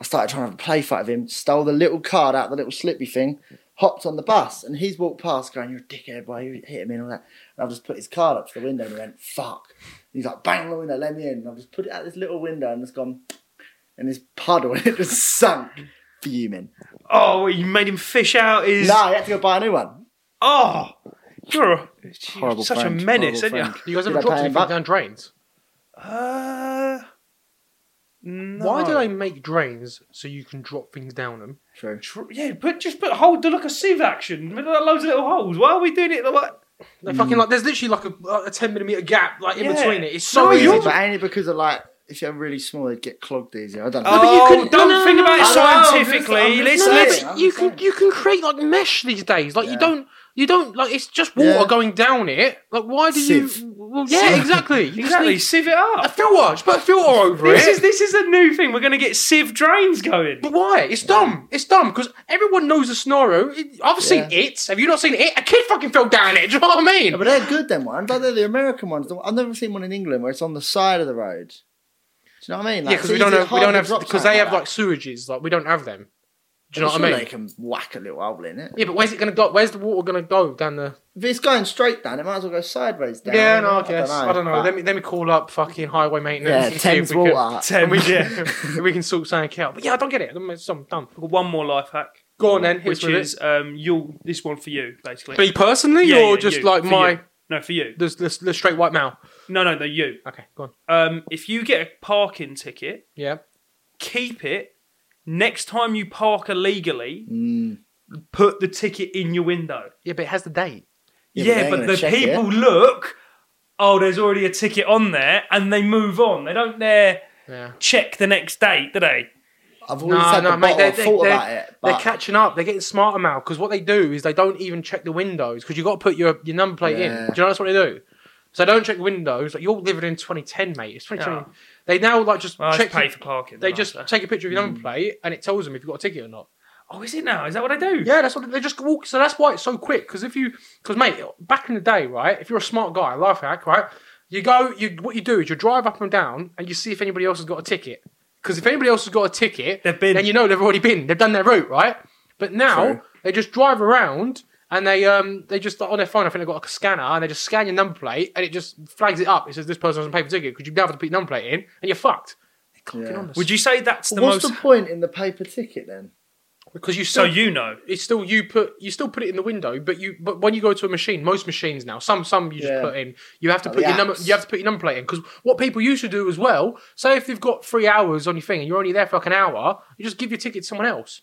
[SPEAKER 2] I started trying to have a play fight with him. Stole the little card out, the little slippy thing. Hopped on the bus, and he's walked past, going, "You're a dickhead, boy. You hit me and all that." And I've just put his card up to the window, and he went, "Fuck." And he's like, "Bang on the window, let me in." And I've just put it out this little window, and it's gone. And this puddle, and it just sunk, fuming.
[SPEAKER 1] Oh, you made him fish out his.
[SPEAKER 2] No, I had to go buy a new one.
[SPEAKER 1] Oh, you're, a, you're
[SPEAKER 2] Horrible
[SPEAKER 1] such
[SPEAKER 2] friend,
[SPEAKER 1] a menace,
[SPEAKER 2] horrible
[SPEAKER 1] aren't you?
[SPEAKER 3] You guys
[SPEAKER 2] Did
[SPEAKER 3] ever
[SPEAKER 2] I
[SPEAKER 3] dropped
[SPEAKER 2] pay him
[SPEAKER 3] anything
[SPEAKER 2] back?
[SPEAKER 3] down drains?
[SPEAKER 1] Uh, no.
[SPEAKER 3] Why do they make drains so you can drop things down them?
[SPEAKER 2] True.
[SPEAKER 1] Tr- Yeah, put just put hold the look of sieve action. Look at Loads of little holes. Why are we doing it? Like,
[SPEAKER 3] They're fucking like there's literally like a, like a ten millimeter gap like in
[SPEAKER 1] Yeah.
[SPEAKER 3] between it. It's so
[SPEAKER 1] No,
[SPEAKER 3] easy.
[SPEAKER 1] you're-
[SPEAKER 2] But only because of like, if you're really small, they'd get clogged easier. I don't know.
[SPEAKER 1] oh,
[SPEAKER 3] but you couldn't-
[SPEAKER 1] don't
[SPEAKER 3] no, no,
[SPEAKER 1] think
[SPEAKER 3] no,
[SPEAKER 1] about
[SPEAKER 3] no,
[SPEAKER 1] it
[SPEAKER 2] no, I'm just-
[SPEAKER 1] scientifically.
[SPEAKER 2] I'm
[SPEAKER 1] let's
[SPEAKER 2] just-
[SPEAKER 3] No,
[SPEAKER 1] let's.
[SPEAKER 2] I'm
[SPEAKER 3] but you can
[SPEAKER 2] saying.
[SPEAKER 3] you can create like mesh these days. Like you
[SPEAKER 2] Yeah.
[SPEAKER 3] don't you don't like it's just water
[SPEAKER 2] Yeah.
[SPEAKER 3] going down it. Like why do
[SPEAKER 2] Sieve.
[SPEAKER 3] you? Well, yeah, exactly. You just
[SPEAKER 1] Exactly,
[SPEAKER 3] need
[SPEAKER 1] sieve it
[SPEAKER 3] a
[SPEAKER 1] up.
[SPEAKER 3] filter. Just put a filter over
[SPEAKER 1] This
[SPEAKER 3] it.
[SPEAKER 1] is this is a new thing. We're going to get sieve drains going.
[SPEAKER 3] But why? It's dumb. It's dumb because everyone knows the scenario. It- I've seen
[SPEAKER 2] Yeah.
[SPEAKER 3] it. Have you not seen it? A kid fucking fell down it. Do you know what I mean?
[SPEAKER 2] But they're good, them ones. Like, they're the American ones. The- I've never seen one in England where it's on the side of the road. Do you know what I mean?
[SPEAKER 3] yeah, because we don't
[SPEAKER 2] have
[SPEAKER 3] have we don't have because they have like sewages. Like we don't have them. Do you know what I mean?
[SPEAKER 2] They can whack a little hole in it.
[SPEAKER 3] Yeah, but where's it gonna go? Where's the water gonna go down the?
[SPEAKER 2] If it's going straight down, it might as well go sideways down.
[SPEAKER 3] yeah, no, I guess I don't know.
[SPEAKER 2] but-
[SPEAKER 3] Let me let me call up fucking highway maintenance.
[SPEAKER 2] yeah,
[SPEAKER 3] and see if
[SPEAKER 2] Thames
[SPEAKER 3] we can-
[SPEAKER 2] water.
[SPEAKER 3] and we
[SPEAKER 1] Thames,
[SPEAKER 3] can,
[SPEAKER 1] yeah.
[SPEAKER 3] we can sort something out. But yeah, I don't get it. I'm, I'm dumb.
[SPEAKER 1] One more life hack.
[SPEAKER 3] Go on then.
[SPEAKER 1] Which is um, you'll this one for you basically.
[SPEAKER 3] me personally,
[SPEAKER 1] Yeah,
[SPEAKER 3] or
[SPEAKER 1] yeah,
[SPEAKER 3] just
[SPEAKER 1] you,
[SPEAKER 3] like
[SPEAKER 1] for
[SPEAKER 3] my
[SPEAKER 1] you. no for you.
[SPEAKER 3] the, the, the straight white male.
[SPEAKER 1] No, no, no, you.
[SPEAKER 3] Okay, go on.
[SPEAKER 1] Um, if you get a parking ticket,
[SPEAKER 3] Yeah.
[SPEAKER 1] keep it. Next time you park illegally,
[SPEAKER 2] Mm.
[SPEAKER 1] put the ticket in your window.
[SPEAKER 3] Yeah, but it has the date.
[SPEAKER 2] Yeah,
[SPEAKER 1] Yeah,
[SPEAKER 2] but they
[SPEAKER 1] but, the
[SPEAKER 2] ain't gonna check
[SPEAKER 1] people look. Oh, there's already a ticket on there, and they move on. They don't dare
[SPEAKER 3] Yeah.
[SPEAKER 1] check the next date, do they?
[SPEAKER 2] I've always
[SPEAKER 3] No,
[SPEAKER 2] had
[SPEAKER 3] no,
[SPEAKER 2] the
[SPEAKER 3] mate.
[SPEAKER 2] bottle.
[SPEAKER 3] They,
[SPEAKER 2] I've
[SPEAKER 3] they,
[SPEAKER 2] thought
[SPEAKER 3] they,
[SPEAKER 2] about it.
[SPEAKER 3] they're
[SPEAKER 2] But
[SPEAKER 3] catching up. They're getting smarter now because what they do is they don't even check the windows because you got to put your, your number plate in.
[SPEAKER 2] Yeah.
[SPEAKER 3] Do you know that's what they do? So they don't check the windows. Like you're living in 2010, mate. It's 2020. They now like just
[SPEAKER 1] Well, I
[SPEAKER 3] check.
[SPEAKER 1] just pay for Mm. parking.
[SPEAKER 3] they
[SPEAKER 1] don't I,
[SPEAKER 3] just
[SPEAKER 1] so.
[SPEAKER 3] take a picture of your number plate and it tells them if you've got a ticket or not.
[SPEAKER 1] Oh, is it now? Is that what I do?
[SPEAKER 3] Yeah, that's what they just walk. So that's why it's so quick. Because if you, because mate, back in the day, right? If you're a smart guy, life hack, right? You go, you what you do is you drive up and down and you see if anybody else has got a ticket. Because if anybody else has got a ticket,
[SPEAKER 1] They've been.
[SPEAKER 3] then you know they've already been. They've done their route, right? But now
[SPEAKER 2] True.
[SPEAKER 3] they just drive around and they um they just on their phone. I think they've got like a scanner and they just scan your number plate and it just flags it up. It says this person hasn't paid for ticket because you now have to put your number plate in and you're fucked.
[SPEAKER 2] Yeah.
[SPEAKER 1] Would you say that's the
[SPEAKER 2] What's
[SPEAKER 1] most?
[SPEAKER 2] the point in the paper ticket then?
[SPEAKER 3] Because you
[SPEAKER 1] So
[SPEAKER 3] still
[SPEAKER 1] you know.
[SPEAKER 3] it's still you put you still put it in the window, but you but when you go to a machine, most machines now, some some you just
[SPEAKER 2] Yeah.
[SPEAKER 3] put in. You have to
[SPEAKER 2] Like
[SPEAKER 3] put
[SPEAKER 2] the
[SPEAKER 3] your number
[SPEAKER 2] apps.
[SPEAKER 3] you have to put your number plate in because what people used to do as well. Say if they've got three hours on your thing and you're only there for like an hour, you just give your ticket to someone else.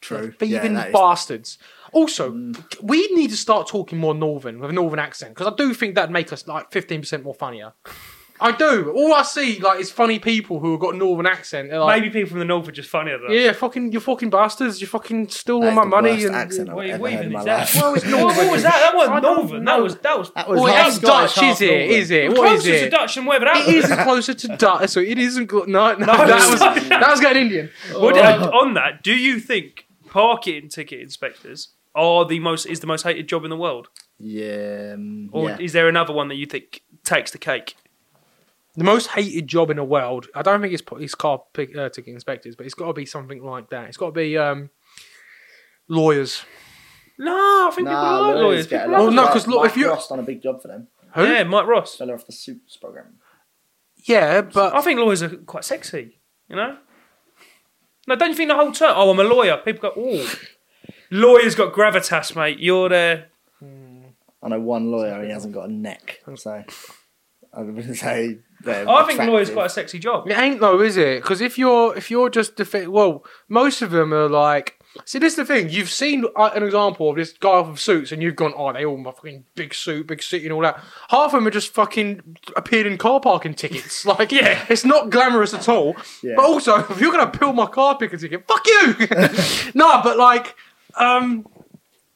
[SPEAKER 2] True.
[SPEAKER 3] Thieving
[SPEAKER 2] that is- Mm.
[SPEAKER 3] bastards. Also, we need to start talking more northern with a northern accent because I do think that'd make us like fifteen percent more funnier. I do. All I see like is funny people who have got northern accent. They're like,
[SPEAKER 1] Maybe people from the north are just funnier than us.
[SPEAKER 3] yeah, fucking, you fucking bastards. You fucking stole
[SPEAKER 2] That
[SPEAKER 3] all
[SPEAKER 2] is
[SPEAKER 3] my
[SPEAKER 2] the
[SPEAKER 3] money
[SPEAKER 2] worst
[SPEAKER 3] and
[SPEAKER 2] accent I've
[SPEAKER 1] What,
[SPEAKER 2] ever
[SPEAKER 1] what
[SPEAKER 2] heard
[SPEAKER 1] even
[SPEAKER 2] in my
[SPEAKER 1] is
[SPEAKER 2] life.
[SPEAKER 1] that? what, what was that? That
[SPEAKER 3] I
[SPEAKER 1] wasn't
[SPEAKER 3] don't
[SPEAKER 1] Northern. That
[SPEAKER 3] know.
[SPEAKER 1] was that was.
[SPEAKER 2] That was
[SPEAKER 3] Well,
[SPEAKER 2] half
[SPEAKER 3] that's
[SPEAKER 2] Scottish,
[SPEAKER 3] Dutch,
[SPEAKER 2] half
[SPEAKER 3] is it?
[SPEAKER 2] Northern.
[SPEAKER 3] Is it? What
[SPEAKER 1] Closer
[SPEAKER 3] is it?
[SPEAKER 1] to Dutch than whatever that
[SPEAKER 3] It
[SPEAKER 1] was.
[SPEAKER 3] is closer to Dutch, so it isn't. Go- no, no, that was
[SPEAKER 1] sorry.
[SPEAKER 2] Oh.
[SPEAKER 3] that was going Indian.
[SPEAKER 1] What- and on that, do you think parking ticket inspectors are the most is the most hated job in the world,
[SPEAKER 2] Yeah. um,
[SPEAKER 1] or
[SPEAKER 2] yeah.
[SPEAKER 1] is there another one that you think takes the cake?
[SPEAKER 3] The most hated job in the world. I don't think it's po- it's car pick, uh, ticket inspectors, but it's got to be something like that. It's got to be um, lawyers.
[SPEAKER 1] No, I think
[SPEAKER 2] Nah,
[SPEAKER 1] people like lawyers.
[SPEAKER 2] lawyers get
[SPEAKER 1] People
[SPEAKER 2] a
[SPEAKER 1] like
[SPEAKER 2] lot.
[SPEAKER 3] Well,
[SPEAKER 2] of
[SPEAKER 3] no,
[SPEAKER 2] love.
[SPEAKER 3] 'cause look,
[SPEAKER 2] Mike
[SPEAKER 3] if you-
[SPEAKER 2] Ross done a big job for them,
[SPEAKER 3] Who?
[SPEAKER 1] Yeah, Mike Ross.
[SPEAKER 2] fell off the Supes program.
[SPEAKER 3] Yeah, but
[SPEAKER 1] I think lawyers are quite sexy, you know? No, don't you think the whole term, oh, I'm a lawyer, people go, oh. Lawyer's got gravitas, mate. You're there.
[SPEAKER 2] I know one lawyer, he hasn't got a neck, so I would say. they're
[SPEAKER 1] I think lawyer's
[SPEAKER 2] attractive.
[SPEAKER 1] quite a sexy job.
[SPEAKER 3] It ain't though, is it? Because if you're if you're just defi- well, most of them are like. See, this is the thing. You've seen uh, an example of this guy off of suits, and you've gone, "Oh, they all my fucking big suit, big city, and all that." Half of them are just fucking appeared in car parking tickets. Like, yeah, it's not glamorous at all.
[SPEAKER 2] Yeah.
[SPEAKER 3] But also, if you're gonna peel my car parking ticket, fuck you. no, but like, um,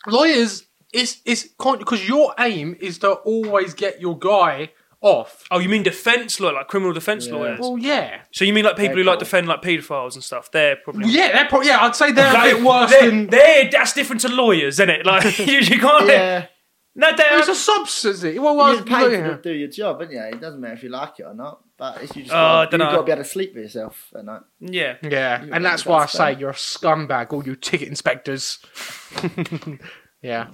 [SPEAKER 3] lawyers, it's it's because your aim is to always get your guy off.
[SPEAKER 1] Oh, you mean defence lawyer, like criminal defence
[SPEAKER 2] Yeah.
[SPEAKER 1] lawyers?
[SPEAKER 3] Well, yeah.
[SPEAKER 1] So you mean like people who
[SPEAKER 2] They're
[SPEAKER 1] like
[SPEAKER 2] cool.
[SPEAKER 1] defend like paedophiles and stuff? They're probably.
[SPEAKER 3] Yeah, they're pro- yeah, I'd say they're
[SPEAKER 1] Like,
[SPEAKER 3] a bit worse
[SPEAKER 1] they're,
[SPEAKER 3] than.
[SPEAKER 1] they're- that's different to lawyers, isn't it? Like you, you can't.
[SPEAKER 2] Yeah,
[SPEAKER 1] No, they're,
[SPEAKER 3] It's a subsidy. Well, well,
[SPEAKER 2] you're paid
[SPEAKER 3] yeah.
[SPEAKER 2] to do your job, isn't you? It doesn't matter if you like it or not, but it's you just
[SPEAKER 1] Oh, I
[SPEAKER 2] gotta,
[SPEAKER 1] dunno.
[SPEAKER 2] you've got to be able to sleep with yourself at night.
[SPEAKER 1] yeah.
[SPEAKER 3] yeah,
[SPEAKER 2] Yeah,
[SPEAKER 3] and that's why I
[SPEAKER 2] that's
[SPEAKER 3] say
[SPEAKER 2] fair.
[SPEAKER 3] you're a scumbag, all you ticket inspectors. yeah.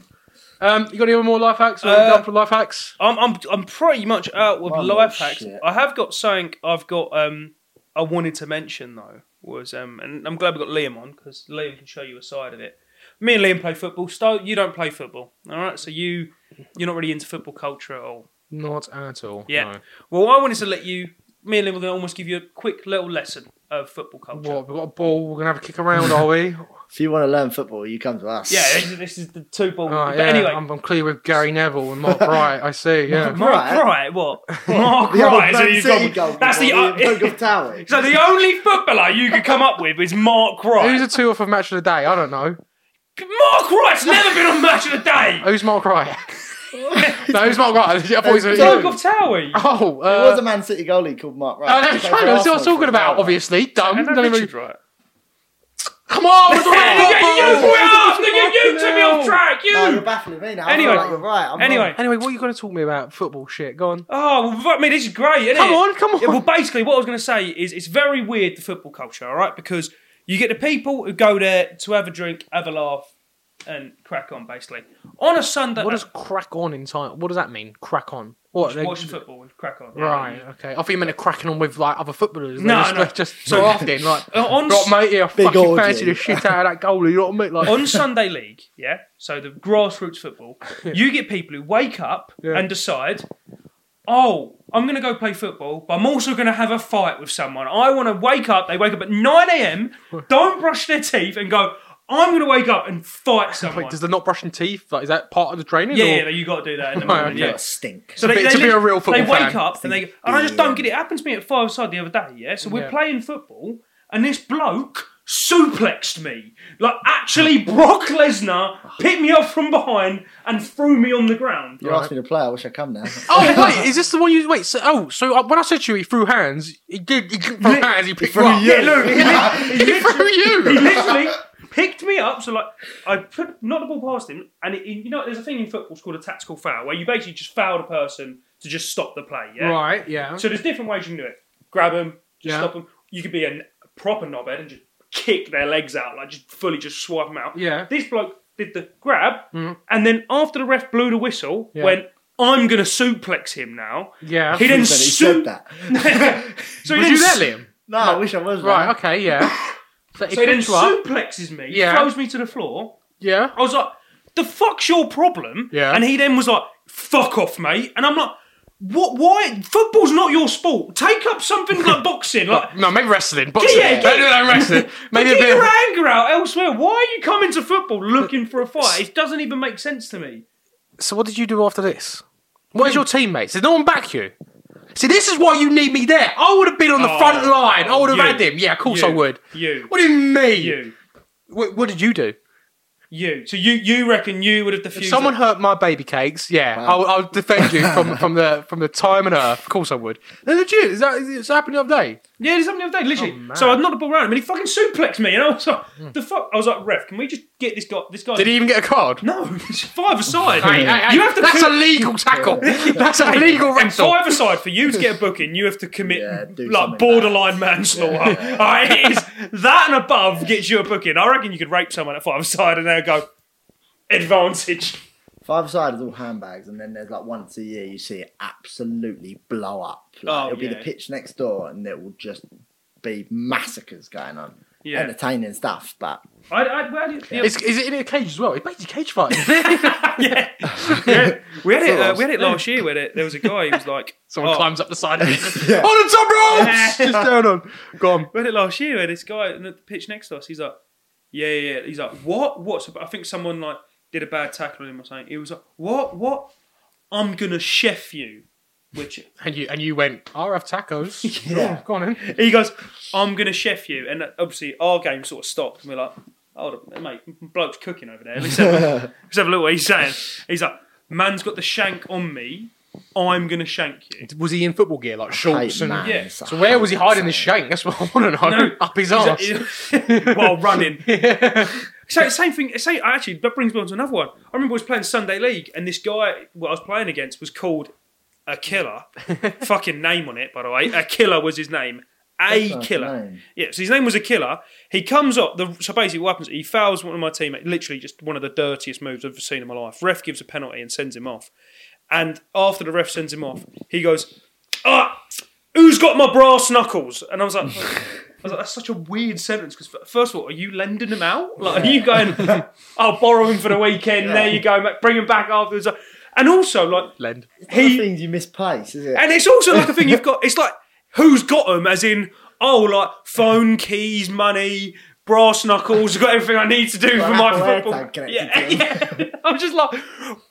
[SPEAKER 3] Um, you got any other more life hacks? Or
[SPEAKER 1] Uh,
[SPEAKER 3] done for life hacks?
[SPEAKER 1] I'm, I'm, I'm pretty much out with
[SPEAKER 2] One more
[SPEAKER 1] life hacks.
[SPEAKER 2] shit.
[SPEAKER 1] I have got something I've got. Um, I wanted to mention though was um, and I'm glad we got Liam on because Liam can show you a side of it. Me and Liam play football. Sto, you don't play football, all right? So you, you're not really into football culture at all.
[SPEAKER 3] Not at all.
[SPEAKER 1] Yeah.
[SPEAKER 3] no.
[SPEAKER 1] Well, I wanted to let you. Me and Liam were going to almost give you a quick little lesson of football culture.
[SPEAKER 3] What? We've got a ball. We're gonna have a kick around, are we? Oh,
[SPEAKER 2] If you want to learn football, you come to us.
[SPEAKER 1] Yeah, this, is- this is the two
[SPEAKER 2] Oh,
[SPEAKER 1] ball.
[SPEAKER 3] Right,
[SPEAKER 1] but
[SPEAKER 3] yeah,
[SPEAKER 1] anyway,
[SPEAKER 3] I'm, I'm clear with Gary Neville and Mark Wright. I see. Yeah.
[SPEAKER 1] Mark
[SPEAKER 2] Right.
[SPEAKER 1] Wright, what? Mark
[SPEAKER 2] The old
[SPEAKER 1] Wright. so
[SPEAKER 2] Man
[SPEAKER 1] you've
[SPEAKER 2] City
[SPEAKER 1] gone-
[SPEAKER 2] goal.
[SPEAKER 1] that's the. uh,
[SPEAKER 2] Bogle Tower.
[SPEAKER 1] so the only footballer you could come up with is Mark Wright.
[SPEAKER 3] Who's the two off of match of the day? I don't know.
[SPEAKER 1] Mark Wright's never been on match of the day.
[SPEAKER 3] Who's Mark Wright? no, who's Mark Wright? I thought he was a-
[SPEAKER 2] Doug
[SPEAKER 1] Doug of Towie.
[SPEAKER 3] Oh,
[SPEAKER 2] There was a
[SPEAKER 3] uh,
[SPEAKER 2] Man City goalie called Mark Wright.
[SPEAKER 3] I know,
[SPEAKER 2] He
[SPEAKER 3] I
[SPEAKER 2] played
[SPEAKER 3] know,
[SPEAKER 2] for
[SPEAKER 3] that's what I was
[SPEAKER 2] Arsenal for
[SPEAKER 3] talking
[SPEAKER 2] a
[SPEAKER 3] about,
[SPEAKER 2] while.
[SPEAKER 3] obviously. Dumb.
[SPEAKER 1] And
[SPEAKER 3] Don't even-
[SPEAKER 1] Richard Wright.
[SPEAKER 3] Come on, we're talking
[SPEAKER 1] Hey,
[SPEAKER 3] about
[SPEAKER 1] you,
[SPEAKER 3] football.
[SPEAKER 1] you, we are, nigga, you took me off track. You.
[SPEAKER 2] No, you're baffling me now. I feel
[SPEAKER 1] Anyway.
[SPEAKER 2] like you're right. I'm
[SPEAKER 1] Anyway.
[SPEAKER 3] Anyway, what are you going to talk me about? Football shit. Go on.
[SPEAKER 1] Oh, well, fuck me, this is great, isn't
[SPEAKER 3] Come
[SPEAKER 1] it?
[SPEAKER 3] on, come on.
[SPEAKER 1] Yeah, well, basically, what I was going to say is it's very weird, the football culture, all right? Because you get the people who go there to have a drink, have a laugh, and crack on, basically. On a Sunday.
[SPEAKER 3] What does crack on in time? What does that mean? Crack on. What? they-
[SPEAKER 1] Watch football and crack on.
[SPEAKER 3] Right. Okay. I thought you meant a cracking on with like other footballers.
[SPEAKER 1] No,
[SPEAKER 3] No,
[SPEAKER 1] no.
[SPEAKER 3] just, just drafting. Like,
[SPEAKER 1] Uh, on,
[SPEAKER 3] right, mate, yeah, I
[SPEAKER 2] Big
[SPEAKER 3] fucking
[SPEAKER 2] orgy.
[SPEAKER 3] fancy the shit out of that goalie. You know what I mean? Like,
[SPEAKER 1] on Sunday league, yeah, so the grassroots football, you get people who wake up
[SPEAKER 3] Yeah.
[SPEAKER 1] and decide, oh, I'm going to go play football, but I'm also going to have a fight with someone. I want to wake up. They wake up at 9 a.m., don't brush their teeth, and go, I'm going to wake up and fight someone.
[SPEAKER 3] like, does the not brushing teeth? Like, is that part of the training?
[SPEAKER 1] yeah,
[SPEAKER 3] or-
[SPEAKER 1] yeah, you got to do that in the morning.
[SPEAKER 3] okay.
[SPEAKER 2] You're
[SPEAKER 1] Yeah.
[SPEAKER 2] a stink.
[SPEAKER 1] So
[SPEAKER 3] To be- to be a
[SPEAKER 1] lit-
[SPEAKER 3] real football
[SPEAKER 1] They wake
[SPEAKER 3] fan.
[SPEAKER 1] up and they, and I just don't get it. It happened to me at five side the other day. Yeah, so we're
[SPEAKER 3] Yeah.
[SPEAKER 1] playing football and this bloke suplexed me like actually Brock Lesnar picked me up from behind and threw me on the ground.
[SPEAKER 2] you asked me to play. I wish I'd come now.
[SPEAKER 3] Oh wait, is this the one you wait? So, oh, so uh, when I said to you, he threw hands. He did. He didn't throw hands. He picked you up.
[SPEAKER 2] you.
[SPEAKER 1] Yeah, look, he, lit- he
[SPEAKER 3] he
[SPEAKER 1] literally,
[SPEAKER 3] threw
[SPEAKER 1] he
[SPEAKER 3] you.
[SPEAKER 1] literally picked me up. So like I put not the ball past him, and it, you know there's a thing in football it's called a tactical foul where you basically just foul the person to just stop the play. Yeah,
[SPEAKER 3] Right. Yeah.
[SPEAKER 1] So there's different ways you can do it. Grab them, just
[SPEAKER 3] Yeah.
[SPEAKER 1] stop them. You could be a n- proper knobhead and just kick their legs out, like just fully just swipe them out.
[SPEAKER 3] Yeah. Mm-hmm.
[SPEAKER 1] This bloke did the grab, and then after the ref blew the whistle,
[SPEAKER 3] Yeah.
[SPEAKER 1] went, I'm going to suplex him now.
[SPEAKER 3] Yeah.
[SPEAKER 1] He didn't
[SPEAKER 2] He said
[SPEAKER 1] suit
[SPEAKER 2] that.
[SPEAKER 1] So
[SPEAKER 3] Was
[SPEAKER 1] he then
[SPEAKER 3] you there,
[SPEAKER 1] su-
[SPEAKER 3] Liam?
[SPEAKER 2] No, I wish I was. there.
[SPEAKER 3] Right. Okay. Yeah. So, he
[SPEAKER 1] So he then
[SPEAKER 3] picked you up.
[SPEAKER 1] suplexes me,
[SPEAKER 3] Yeah.
[SPEAKER 1] throws me to the floor.
[SPEAKER 3] Yeah.
[SPEAKER 1] I was like, the fuck's your problem?
[SPEAKER 3] Yeah.
[SPEAKER 1] And he then was like, fuck off, mate. And I'm like, what? Why? Football's not your sport. Take up something like boxing. Like,
[SPEAKER 3] No, maybe wrestling. Boxing.
[SPEAKER 1] Yeah, yeah.
[SPEAKER 3] Don't do that in wrestling. Maybe a
[SPEAKER 1] Get
[SPEAKER 3] bit.
[SPEAKER 1] your anger out elsewhere. Why are you coming to football looking for a fight? It doesn't even make sense to me.
[SPEAKER 3] So what did you do after this? Where's your teammates? Did no one back you? See, this is why you need me there. I would have been on the
[SPEAKER 1] Oh,
[SPEAKER 3] front line. I would have
[SPEAKER 1] you.
[SPEAKER 3] had him. Yeah, of course
[SPEAKER 1] You.
[SPEAKER 3] I would.
[SPEAKER 1] You.
[SPEAKER 3] What do you mean?
[SPEAKER 1] You.
[SPEAKER 3] What, what did you do?
[SPEAKER 1] You. So you you reckon you would have defused
[SPEAKER 3] If someone
[SPEAKER 1] it?
[SPEAKER 3] hurt my baby cakes, yeah, I'll, I'll defend you from, from the from the time and earth. Of course I would. No, legit, is that is it happened the other day?
[SPEAKER 1] Yeah, there's something the other day, literally.
[SPEAKER 3] Oh, man. Hmm.
[SPEAKER 1] so I'd knocked the ball around him and he fucking suplexed me and I was like, the fuck? I was like, ref, can we just get this guy. This guy.
[SPEAKER 3] Did he even get a card?
[SPEAKER 1] No, it's five aside.
[SPEAKER 3] Hey, hey, hey,
[SPEAKER 1] you have to.
[SPEAKER 3] That's
[SPEAKER 1] co-
[SPEAKER 3] a legal tackle. That's a
[SPEAKER 1] Hey,
[SPEAKER 3] legal
[SPEAKER 1] and
[SPEAKER 3] wrestle.
[SPEAKER 1] five aside for you to get a booking, you have to commit
[SPEAKER 2] Yeah, do
[SPEAKER 1] like
[SPEAKER 2] something
[SPEAKER 1] borderline manslaughter. All right, it is that and above gets you a booking. I reckon you could rape someone at five aside and they'll go advantage.
[SPEAKER 2] Five side is all handbags, and then there's like once a year you see it absolutely blow up. Like,
[SPEAKER 1] Oh,
[SPEAKER 2] it'll be
[SPEAKER 1] yeah.
[SPEAKER 2] the pitch next door, and it will just be massacres going on.
[SPEAKER 1] Yeah.
[SPEAKER 2] Entertaining stuff, but
[SPEAKER 1] I, I, well, you- you-
[SPEAKER 3] It's, is it in a cage as well? It's basically cage fighting.
[SPEAKER 1] yeah. yeah, we had it. Uh, we had it
[SPEAKER 3] Yeah.
[SPEAKER 1] last year. Where there, there was a guy who was like,
[SPEAKER 3] Someone
[SPEAKER 1] oh,
[SPEAKER 3] climbs up the side of it.
[SPEAKER 2] Yeah.
[SPEAKER 3] On the top ropes!
[SPEAKER 1] Yeah.
[SPEAKER 3] Just down on. Go on.
[SPEAKER 1] We had it last year. Where this guy in the pitch next to us, he's like, yeah, yeah, yeah. He's like, what? What's? I think someone like did a bad tackle on him or something. He was like, what? What? I'm gonna chef you. Which
[SPEAKER 3] And you and you went, RF tacos.
[SPEAKER 2] Yeah.
[SPEAKER 3] Go on in.
[SPEAKER 1] he goes, I'm gonna chef you, and obviously our game sort of stopped, and we're like, hold on, mate, bloke's cooking over there. Let's have, a, let's have a look what he's saying. He's like, man's got the shank on me. I'm gonna shank you.
[SPEAKER 3] Was he in football gear, like shorts
[SPEAKER 2] hate
[SPEAKER 3] and.
[SPEAKER 2] man.
[SPEAKER 1] yeah.
[SPEAKER 3] So where was he hiding his shank? That's what I want to know.
[SPEAKER 1] No.
[SPEAKER 3] Up his arse.
[SPEAKER 1] while running. So same thing. Same, actually, that brings me on to another one. I remember I was playing Sunday League, and this guy what I was playing against was called a killer. Fucking name on it, by the way. A killer was his name. A
[SPEAKER 2] nice
[SPEAKER 1] killer.
[SPEAKER 2] name.
[SPEAKER 1] Yeah, so his name was a killer. He comes up. The, so basically, what happens? He fouls one of my teammates. Literally, just one of the dirtiest moves I've ever seen in my life. Ref gives a penalty and sends him off. And after the ref sends him off, he goes, "Ah, who's got my brass knuckles?" And I was like. I was like, that's such a weird sentence because first of all, are you lending them out? Like, are you going? I'll borrow them for the weekend. There you go, mate. bring them back afterwards. And also, like,
[SPEAKER 3] Lend.
[SPEAKER 2] Other
[SPEAKER 1] he
[SPEAKER 2] things you misplace, is it?
[SPEAKER 1] and it's also like a thing you've got. It's like who's got them? As in, oh, like phone keys, money, brass knuckles. I've got everything I need to do for my
[SPEAKER 2] Apple
[SPEAKER 1] football.
[SPEAKER 2] AirTag connected
[SPEAKER 1] Yeah,
[SPEAKER 2] to
[SPEAKER 1] yeah. I'm just like,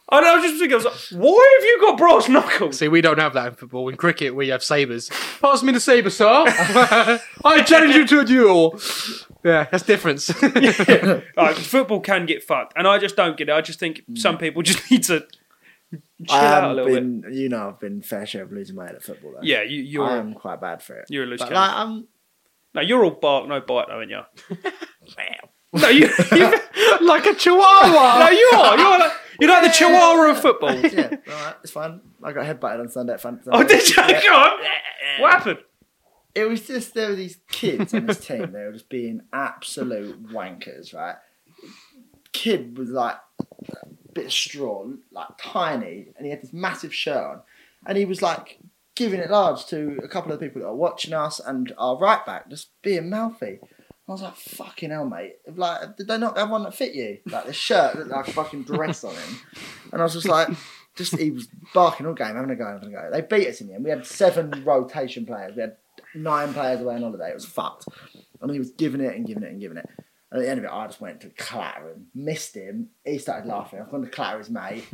[SPEAKER 1] I know. I was just thinking, I was like, why have you got brass knuckles?
[SPEAKER 3] See, we don't have that in football. In cricket, we have sabres. Pass me the sabre, sir. I challenge you to a duel. Yeah, that's difference.
[SPEAKER 1] Like, football can get fucked, and I just don't get it. I just think some people just need to chill
[SPEAKER 2] I
[SPEAKER 1] out a
[SPEAKER 2] have
[SPEAKER 1] little bit.
[SPEAKER 2] been, you know, I've been fair share of losing my head at football. Though.
[SPEAKER 1] Yeah, you, you're
[SPEAKER 2] I am quite bad for it.
[SPEAKER 1] you're a loose
[SPEAKER 2] but
[SPEAKER 1] cannon.
[SPEAKER 2] like, um, I'm,
[SPEAKER 1] No, you're all bark, no bite, though, aren't you? no, you, you,
[SPEAKER 3] like a chihuahua.
[SPEAKER 1] no, you are. You're like, you're like the chihuahua of football.
[SPEAKER 2] yeah, all right, it's fine. I got headbutted on Sunday at Fantasy.
[SPEAKER 1] Oh, did you? Go on. What happened?
[SPEAKER 2] it was just there were these kids on this team. They were just being absolute wankers, right? Kid was like a bit of straw, like tiny, and he had this massive shirt on, and he was like giving it large to a couple of the people that are watching us and our right back, just being mouthy. I was like, "Fucking hell, mate! Like, did they not have one that fit you? Like the shirt looked like a fucking dress on him." And I was just like, just he was barking all game, having a go, having a go. They beat us in the end. We had seven rotation players. We had nine players away on holiday. It was fucked. And he was giving it and giving it and giving it. And at the end of it, I just went to clatter him, missed him. He started laughing. I've gone to clatter his mate.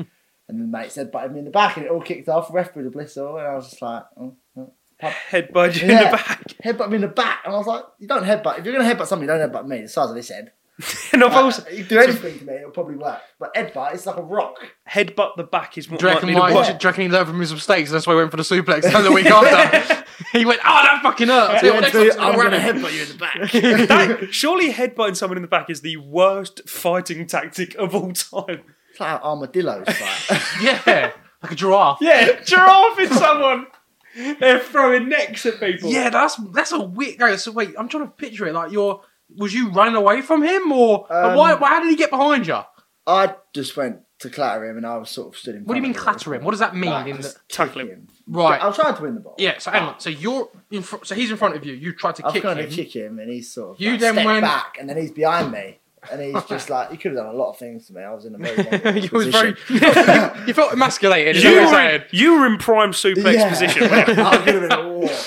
[SPEAKER 2] And the mate said, but him in the back. And it all kicked off. Ref with a blizzard. And I was just like, oh, oh.
[SPEAKER 1] Head budge in
[SPEAKER 2] Yeah.
[SPEAKER 1] the back.
[SPEAKER 2] headbutt me in the back. And I was like, you don't headbutt. If you're going to headbutt somebody, don't headbutt me. The size of this head.
[SPEAKER 1] And I've
[SPEAKER 2] Like,
[SPEAKER 1] also
[SPEAKER 2] you do anything to me, it'll probably work. But headbutt, it's like a rock.
[SPEAKER 1] headbutt the back is what
[SPEAKER 3] Do you reckon
[SPEAKER 1] might be the
[SPEAKER 3] why-
[SPEAKER 1] worst.
[SPEAKER 3] do you reckon he learned from his mistakes? That's why he went for the suplex the week after. he went, oh, that fucking hurts.
[SPEAKER 2] Yeah,
[SPEAKER 3] Yeah, next
[SPEAKER 2] dude,
[SPEAKER 3] time I'm
[SPEAKER 2] I'm gonna
[SPEAKER 3] running.
[SPEAKER 2] headbutt you in the back.
[SPEAKER 1] That- surely headbutting someone in the back is the worst fighting tactic of all time.
[SPEAKER 2] It's like how armadillos fight.
[SPEAKER 3] Yeah, like a giraffe.
[SPEAKER 1] Yeah, giraffing someone. They're throwing necks at people.
[SPEAKER 3] Yeah, that's that's a weird. Okay, so wait, I'm trying to picture it. Like, you're was you running away from him, or
[SPEAKER 2] Um,
[SPEAKER 3] why, why? How did he get behind you?
[SPEAKER 2] I just went to clatter him and I was sort of stood in
[SPEAKER 3] What do you mean
[SPEAKER 2] front of him.
[SPEAKER 3] clatter him? What does that mean?
[SPEAKER 2] Like,
[SPEAKER 3] in the,
[SPEAKER 2] just
[SPEAKER 1] Tackle
[SPEAKER 2] kick
[SPEAKER 1] him.
[SPEAKER 3] uh, right.
[SPEAKER 2] I was trying to win the ball.
[SPEAKER 3] yeah. So hang on. So you're in. Fr- so he's in front of you. You tried to
[SPEAKER 2] Ah. I've
[SPEAKER 3] kick
[SPEAKER 2] kind
[SPEAKER 3] him.
[SPEAKER 2] of kick him and he's sort of
[SPEAKER 3] You
[SPEAKER 2] like,
[SPEAKER 3] then
[SPEAKER 2] stepped
[SPEAKER 3] went-
[SPEAKER 2] back and then he's behind me. And he's just like, he could have done a lot of things to me. I was in a very
[SPEAKER 3] you
[SPEAKER 2] vulnerable
[SPEAKER 3] was very.
[SPEAKER 2] position.
[SPEAKER 3] you felt emasculated. Is
[SPEAKER 1] You
[SPEAKER 3] that what
[SPEAKER 1] were,
[SPEAKER 3] you're
[SPEAKER 1] in,
[SPEAKER 3] saying?
[SPEAKER 1] you were in prime suplex
[SPEAKER 2] Yeah.
[SPEAKER 1] position.
[SPEAKER 2] I could have been a war.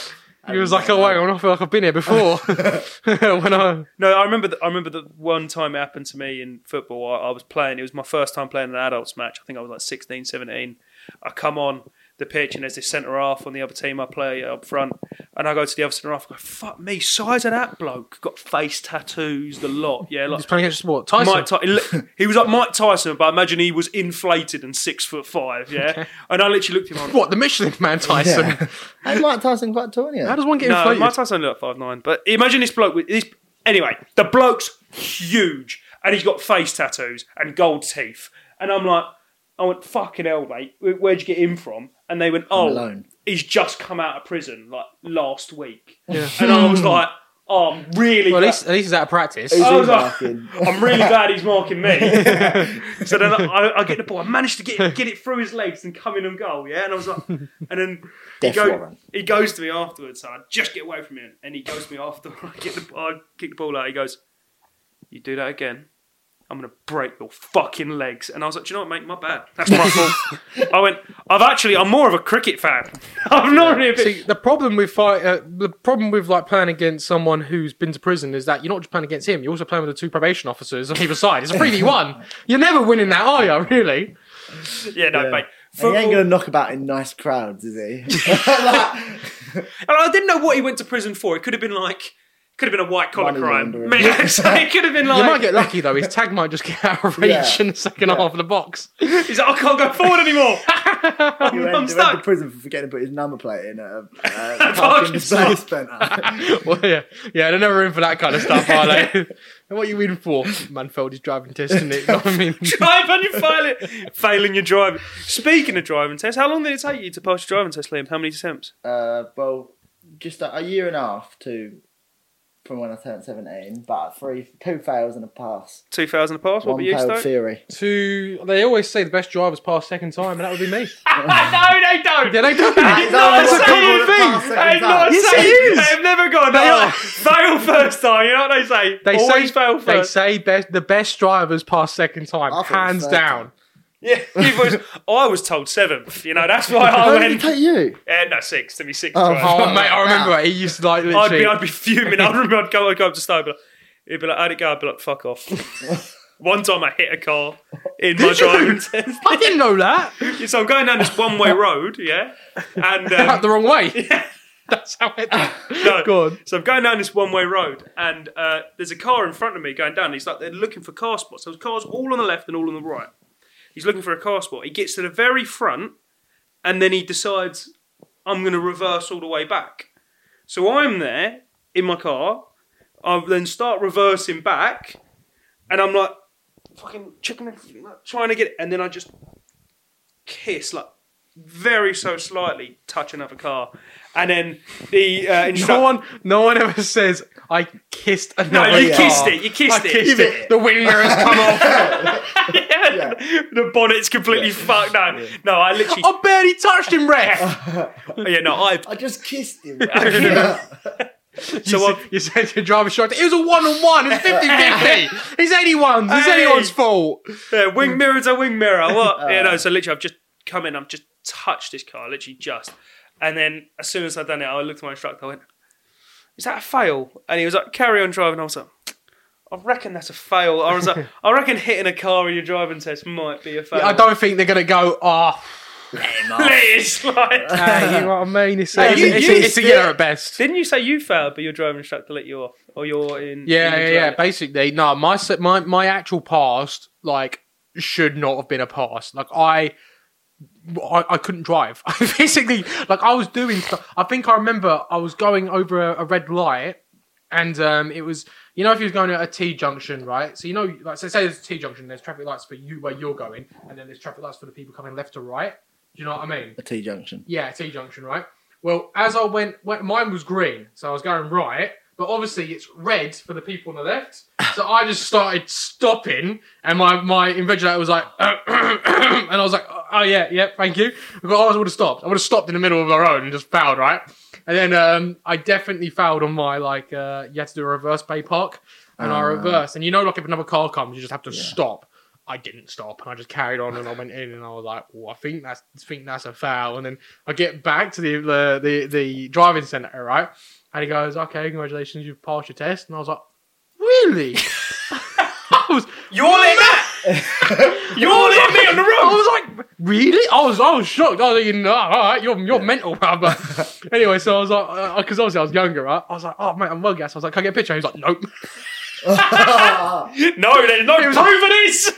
[SPEAKER 3] He was like, oh wait, I don't feel like I've been here before. when I
[SPEAKER 1] No, I remember. The, I remember the one time it happened to me in football. I, I was playing. It was my first time playing an adults match. I think I was like 16, 17. I come on the pitch and there's this centre half on the other team. I play up front and I go to the other centre half. I go, "Fuck me! Size of that bloke got face tattoos, the lot. Yeah, like
[SPEAKER 3] was playing against what Tyson.
[SPEAKER 1] Mike Ty- he look- he was like Mike Tyson, but I imagine he was inflated and six foot five. Yeah, and I literally looked at him. On,
[SPEAKER 3] what the Michelin Man Tyson?
[SPEAKER 2] Yeah. Hey, Mike Tyson quite tall, yeah.
[SPEAKER 3] How does one get
[SPEAKER 1] No,
[SPEAKER 3] inflated?
[SPEAKER 1] Mike Tyson looked like five nine, but imagine this bloke with this. Anyway, the bloke's huge, and he's got face tattoos and gold teeth. And I'm like, I went, fucking hell, mate, where- where'd you get him from? And they went, oh,
[SPEAKER 2] Malone.
[SPEAKER 1] he's just come out of prison like last week. And I was like, oh, I'm really
[SPEAKER 3] Well, at
[SPEAKER 1] glad-
[SPEAKER 3] least, at least he's out of practice.
[SPEAKER 1] I was like,
[SPEAKER 2] marking?
[SPEAKER 1] I'm really glad he's marking me. so then I, I get the ball. I managed to get it, get it through his legs and come in and goal. Yeah, and I was like, and then he,
[SPEAKER 2] Death warrant.
[SPEAKER 1] he goes to me afterwards. So I just get away from him, and he goes to me after I get the I kick the ball out. He goes, "You do that again." I'm gonna break your fucking legs, and I was like, "Do you know what, mate? My bad. That's my fault." I went, "I've actually, I'm more of a cricket fan. I'm not really a bit
[SPEAKER 3] See, the problem with fight, uh, the problem with like playing against someone who's been to prison is that you're not just playing against him; you're also playing with the two probation officers on either side. It's a three v one. You're never winning that, are you? Really?
[SPEAKER 1] yeah, no, mate.
[SPEAKER 2] And he ain't
[SPEAKER 1] Football-
[SPEAKER 2] going to knock about in nice crowds, is he? Like,
[SPEAKER 1] And I didn't know what he went to prison for. It could have been like, could have been a white collar
[SPEAKER 2] Money
[SPEAKER 1] crime.
[SPEAKER 2] laundering.
[SPEAKER 1] Man, so it could have been
[SPEAKER 3] You might
[SPEAKER 1] like,
[SPEAKER 3] get lucky though. His tag might just get out of reach
[SPEAKER 2] Yeah.
[SPEAKER 3] in the second half of the box.
[SPEAKER 1] he's like, I can't go forward anymore.
[SPEAKER 2] he
[SPEAKER 1] I'm,
[SPEAKER 2] went, he
[SPEAKER 1] I'm
[SPEAKER 2] went to
[SPEAKER 1] stuck.
[SPEAKER 2] prison for forgetting to put his number plate in at a, uh,
[SPEAKER 1] Parking
[SPEAKER 2] parking display centre.
[SPEAKER 3] well, yeah, yeah, they're never in for that kind of stuff, are they? and what are you in for? Manfeld is driving test, isn't it? You know what I mean?
[SPEAKER 1] Drive and you fail it. Failing your driving. Speaking of driving tests, how long did it take you to pass your driving test, Liam? How many attempts?
[SPEAKER 2] Uh, well, just a, a year and a half to from when I turned 17, but three, two fails and a pass.
[SPEAKER 1] 2,000 a pass? What
[SPEAKER 2] One
[SPEAKER 1] were you,
[SPEAKER 2] failed
[SPEAKER 1] Stoke?
[SPEAKER 2] theory.
[SPEAKER 3] Two. They always say the best drivers pass second time, and that would be me.
[SPEAKER 1] no, they don't.
[SPEAKER 3] Yeah, they do.
[SPEAKER 1] That is not
[SPEAKER 3] That's
[SPEAKER 1] a common
[SPEAKER 2] thing.
[SPEAKER 1] That is not
[SPEAKER 3] Yes,
[SPEAKER 1] saying-
[SPEAKER 3] it is.
[SPEAKER 1] They have never gone. They
[SPEAKER 3] are.
[SPEAKER 1] are like, fail first time. You know what they say?
[SPEAKER 3] They
[SPEAKER 1] Always
[SPEAKER 3] say
[SPEAKER 1] fail first.
[SPEAKER 3] they say best the best drivers pass second time,
[SPEAKER 2] I thought it was
[SPEAKER 3] hands
[SPEAKER 2] third
[SPEAKER 3] down.
[SPEAKER 1] yeah, it was, I was told seventh. You know, that's why I
[SPEAKER 2] How did it
[SPEAKER 1] went.
[SPEAKER 2] take you?
[SPEAKER 1] Uh, no, six. Let me six.
[SPEAKER 2] Oh,
[SPEAKER 1] drive.
[SPEAKER 3] Oh mate, I remember it. He used to like
[SPEAKER 1] I'd
[SPEAKER 3] literally.
[SPEAKER 1] be, I'd be fuming. I'd remember I'd go, I'd go up to Stowe, but he'd be like, "How'd it go?" I'd be like, "Fuck off." One time I hit a car in my
[SPEAKER 3] Did you?
[SPEAKER 1] driving test.
[SPEAKER 3] I did not know that.
[SPEAKER 1] so I'm going down this one-way road, yeah, and
[SPEAKER 3] Out
[SPEAKER 1] um,
[SPEAKER 3] the wrong way. That's how it.
[SPEAKER 1] no.
[SPEAKER 3] Go on.
[SPEAKER 1] So I'm going down this one-way road, and uh, there's a car in front of me going down. He's like, they're looking for car spots. There was cars all on the left and all on the right. He's looking for a car spot. He gets to the very front, and then he decides, I'm going to reverse all the way back. So I'm there in my car. I then start reversing back, and I'm like, fucking checking everything, like, trying to get it, and then I just kiss like. Very so slightly touch another car, and then the uh,
[SPEAKER 3] No
[SPEAKER 1] instructor.
[SPEAKER 3] one, no one ever says I kissed another.
[SPEAKER 1] No, you
[SPEAKER 3] car."
[SPEAKER 1] kissed it. You
[SPEAKER 3] I
[SPEAKER 1] kissed it.
[SPEAKER 3] kissed it. The winger has come off.
[SPEAKER 1] Yeah. The bonnet's completely fucked. No, no, I literally. oh,
[SPEAKER 3] I barely touched him, ref.
[SPEAKER 1] Yeah, no, I.
[SPEAKER 2] I just kissed him.
[SPEAKER 3] So uh, you,
[SPEAKER 1] So
[SPEAKER 3] said, you said your driver shot. It was a one on one. It's 50 50. It's anyone's. It's
[SPEAKER 1] Hey.
[SPEAKER 3] anyone's fault.
[SPEAKER 1] Yeah,
[SPEAKER 3] Mm.
[SPEAKER 1] wing mirror to wing mirror. What? yeah,
[SPEAKER 3] Uh.
[SPEAKER 1] no. So literally, I've just come in. I've just touched this car, literally just. And then as soon as I'd done it, I looked at my instructor. I went, "Is that a fail?" And he was like, "Carry on driving." I was like, "I reckon that's a fail." I was like, "I reckon hitting a car in your driving test might be a fail."
[SPEAKER 3] I don't think they're gonna go. Ah,
[SPEAKER 1] Let it slide.
[SPEAKER 3] hey, Uh, you know what I mean? It's,
[SPEAKER 2] Hey,
[SPEAKER 3] it's,
[SPEAKER 2] you
[SPEAKER 3] it's, it's
[SPEAKER 2] used
[SPEAKER 3] a
[SPEAKER 2] it.
[SPEAKER 3] year at best.
[SPEAKER 1] Didn't you say you failed, but your driving instructor let you off, or you're in?
[SPEAKER 3] Yeah,
[SPEAKER 1] in
[SPEAKER 3] yeah,
[SPEAKER 1] the
[SPEAKER 3] yeah.
[SPEAKER 1] driving-
[SPEAKER 3] Basically, no, my s- my my actual past like should not have been a past. Like I. I, I couldn't drive. Basically, like I was doing stuff. I think I remember I was going over a, a red light, and um, it was you know if you was going at a T junction, right? So you know, like so say there's a T junction, there's traffic lights for you where you're going, and then there's traffic lights for the people coming left to right. Do you know what I mean?
[SPEAKER 2] A T junction.
[SPEAKER 3] Yeah, T junction, right? Well, as I went, went, mine was green, so I was going right, but obviously it's red for the people on the left. So I just started stopping, and my my invigilator was like, and I was like, oh yeah, yeah, thank you. I got- I would have stopped. I would have stopped in the middle of the road and just fouled, right? And then um, I definitely fouled on my like, uh, you had to do a reverse pay park, and I
[SPEAKER 2] Ah.
[SPEAKER 3] reversed, and you know, like if another car comes, you just have to stop. I didn't stop and I just carried on and I went in and I was like, well, I think that's I think that's a foul. And then I get back to the the the, the driving centre, right? And he goes, okay, congratulations, you've passed your test. And I was like, really? I was
[SPEAKER 1] You're letting that. You're letting me on the road.
[SPEAKER 3] I was like, really? I was, I was shocked. I was like, no, all right, you're, you're mental, bruv. But anyway, so I was like, because obviously I was younger, right? I was like, oh, mate, I'm well gassed. I was like, can I get a picture? He was like, nope.
[SPEAKER 1] No, there's no
[SPEAKER 3] It was-
[SPEAKER 1] proof of this.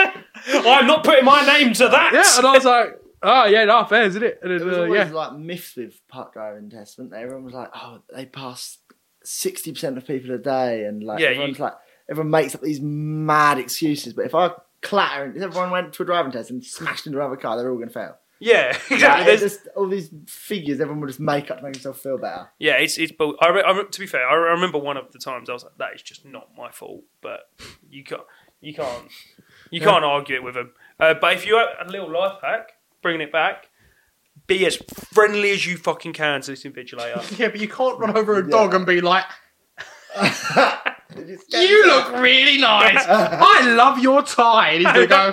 [SPEAKER 1] I'm not putting my name to that.
[SPEAKER 3] Yeah, and I was like, oh, yeah, no, fair, isn't it? And then,
[SPEAKER 2] There was
[SPEAKER 3] uh,
[SPEAKER 2] always
[SPEAKER 3] yeah.
[SPEAKER 2] like myths with park driving tests, weren't there? Everyone was like, oh, they pass 60% of people a day. And like,
[SPEAKER 1] Yeah,
[SPEAKER 2] everyone's like, everyone makes up these mad excuses. But if I clatter and if everyone went to a driving test and smashed into another car, they're all going to fail.
[SPEAKER 1] Yeah,
[SPEAKER 2] Like,
[SPEAKER 1] exactly. There's-
[SPEAKER 2] there's just all these figures everyone will just make up to make themselves feel better.
[SPEAKER 1] Yeah, it's it's. But I, re- I re- to be fair, I, re- I remember one of the times I was like, "That is just not my fault." But you can't, you can't, you can't argue it with them. Uh, but if you have a little life hack, bringing it back, be as friendly as you fucking can to this invigilator.
[SPEAKER 3] Yeah, but you can't run over a dog and be like,
[SPEAKER 2] They just-
[SPEAKER 3] "You look really nice. I love your tie." And he's gonna go.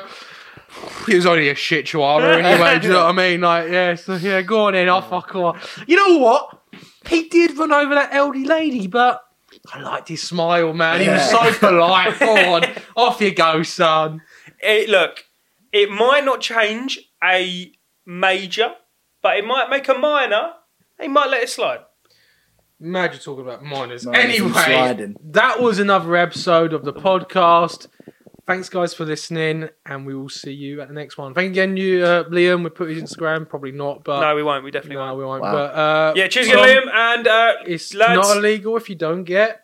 [SPEAKER 3] It was only a shit chihuahua anyway. do you know what I mean? Like, yeah, so yeah, go on then. I'll fuck off. You know what? He did run over that elderly lady, but I liked his smile, man. He was
[SPEAKER 2] Yeah.
[SPEAKER 3] so polite. Go on, off you go, son.
[SPEAKER 1] it, look, it might not change a major, but it might make a minor. They might let it slide.
[SPEAKER 3] Imagine talking about
[SPEAKER 2] Minors
[SPEAKER 3] minors.
[SPEAKER 2] and
[SPEAKER 3] anyway,
[SPEAKER 2] sliding.
[SPEAKER 3] that was another episode of the podcast. Thanks, guys, for listening, and we will see you at the next one. Thank you again, you, uh, Liam. We put his Instagram, probably not, but
[SPEAKER 1] No, we won't. We definitely
[SPEAKER 3] No,
[SPEAKER 1] won't.
[SPEAKER 3] we won't.
[SPEAKER 2] Wow.
[SPEAKER 3] But uh,
[SPEAKER 1] Yeah, cheers,
[SPEAKER 3] Tom,
[SPEAKER 1] again, Liam, and uh,
[SPEAKER 3] It's
[SPEAKER 1] lads.
[SPEAKER 3] not illegal if you don't get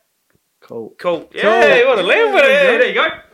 [SPEAKER 2] Cool.
[SPEAKER 1] cool. Yeah, what a Liam. Yeah, there you go.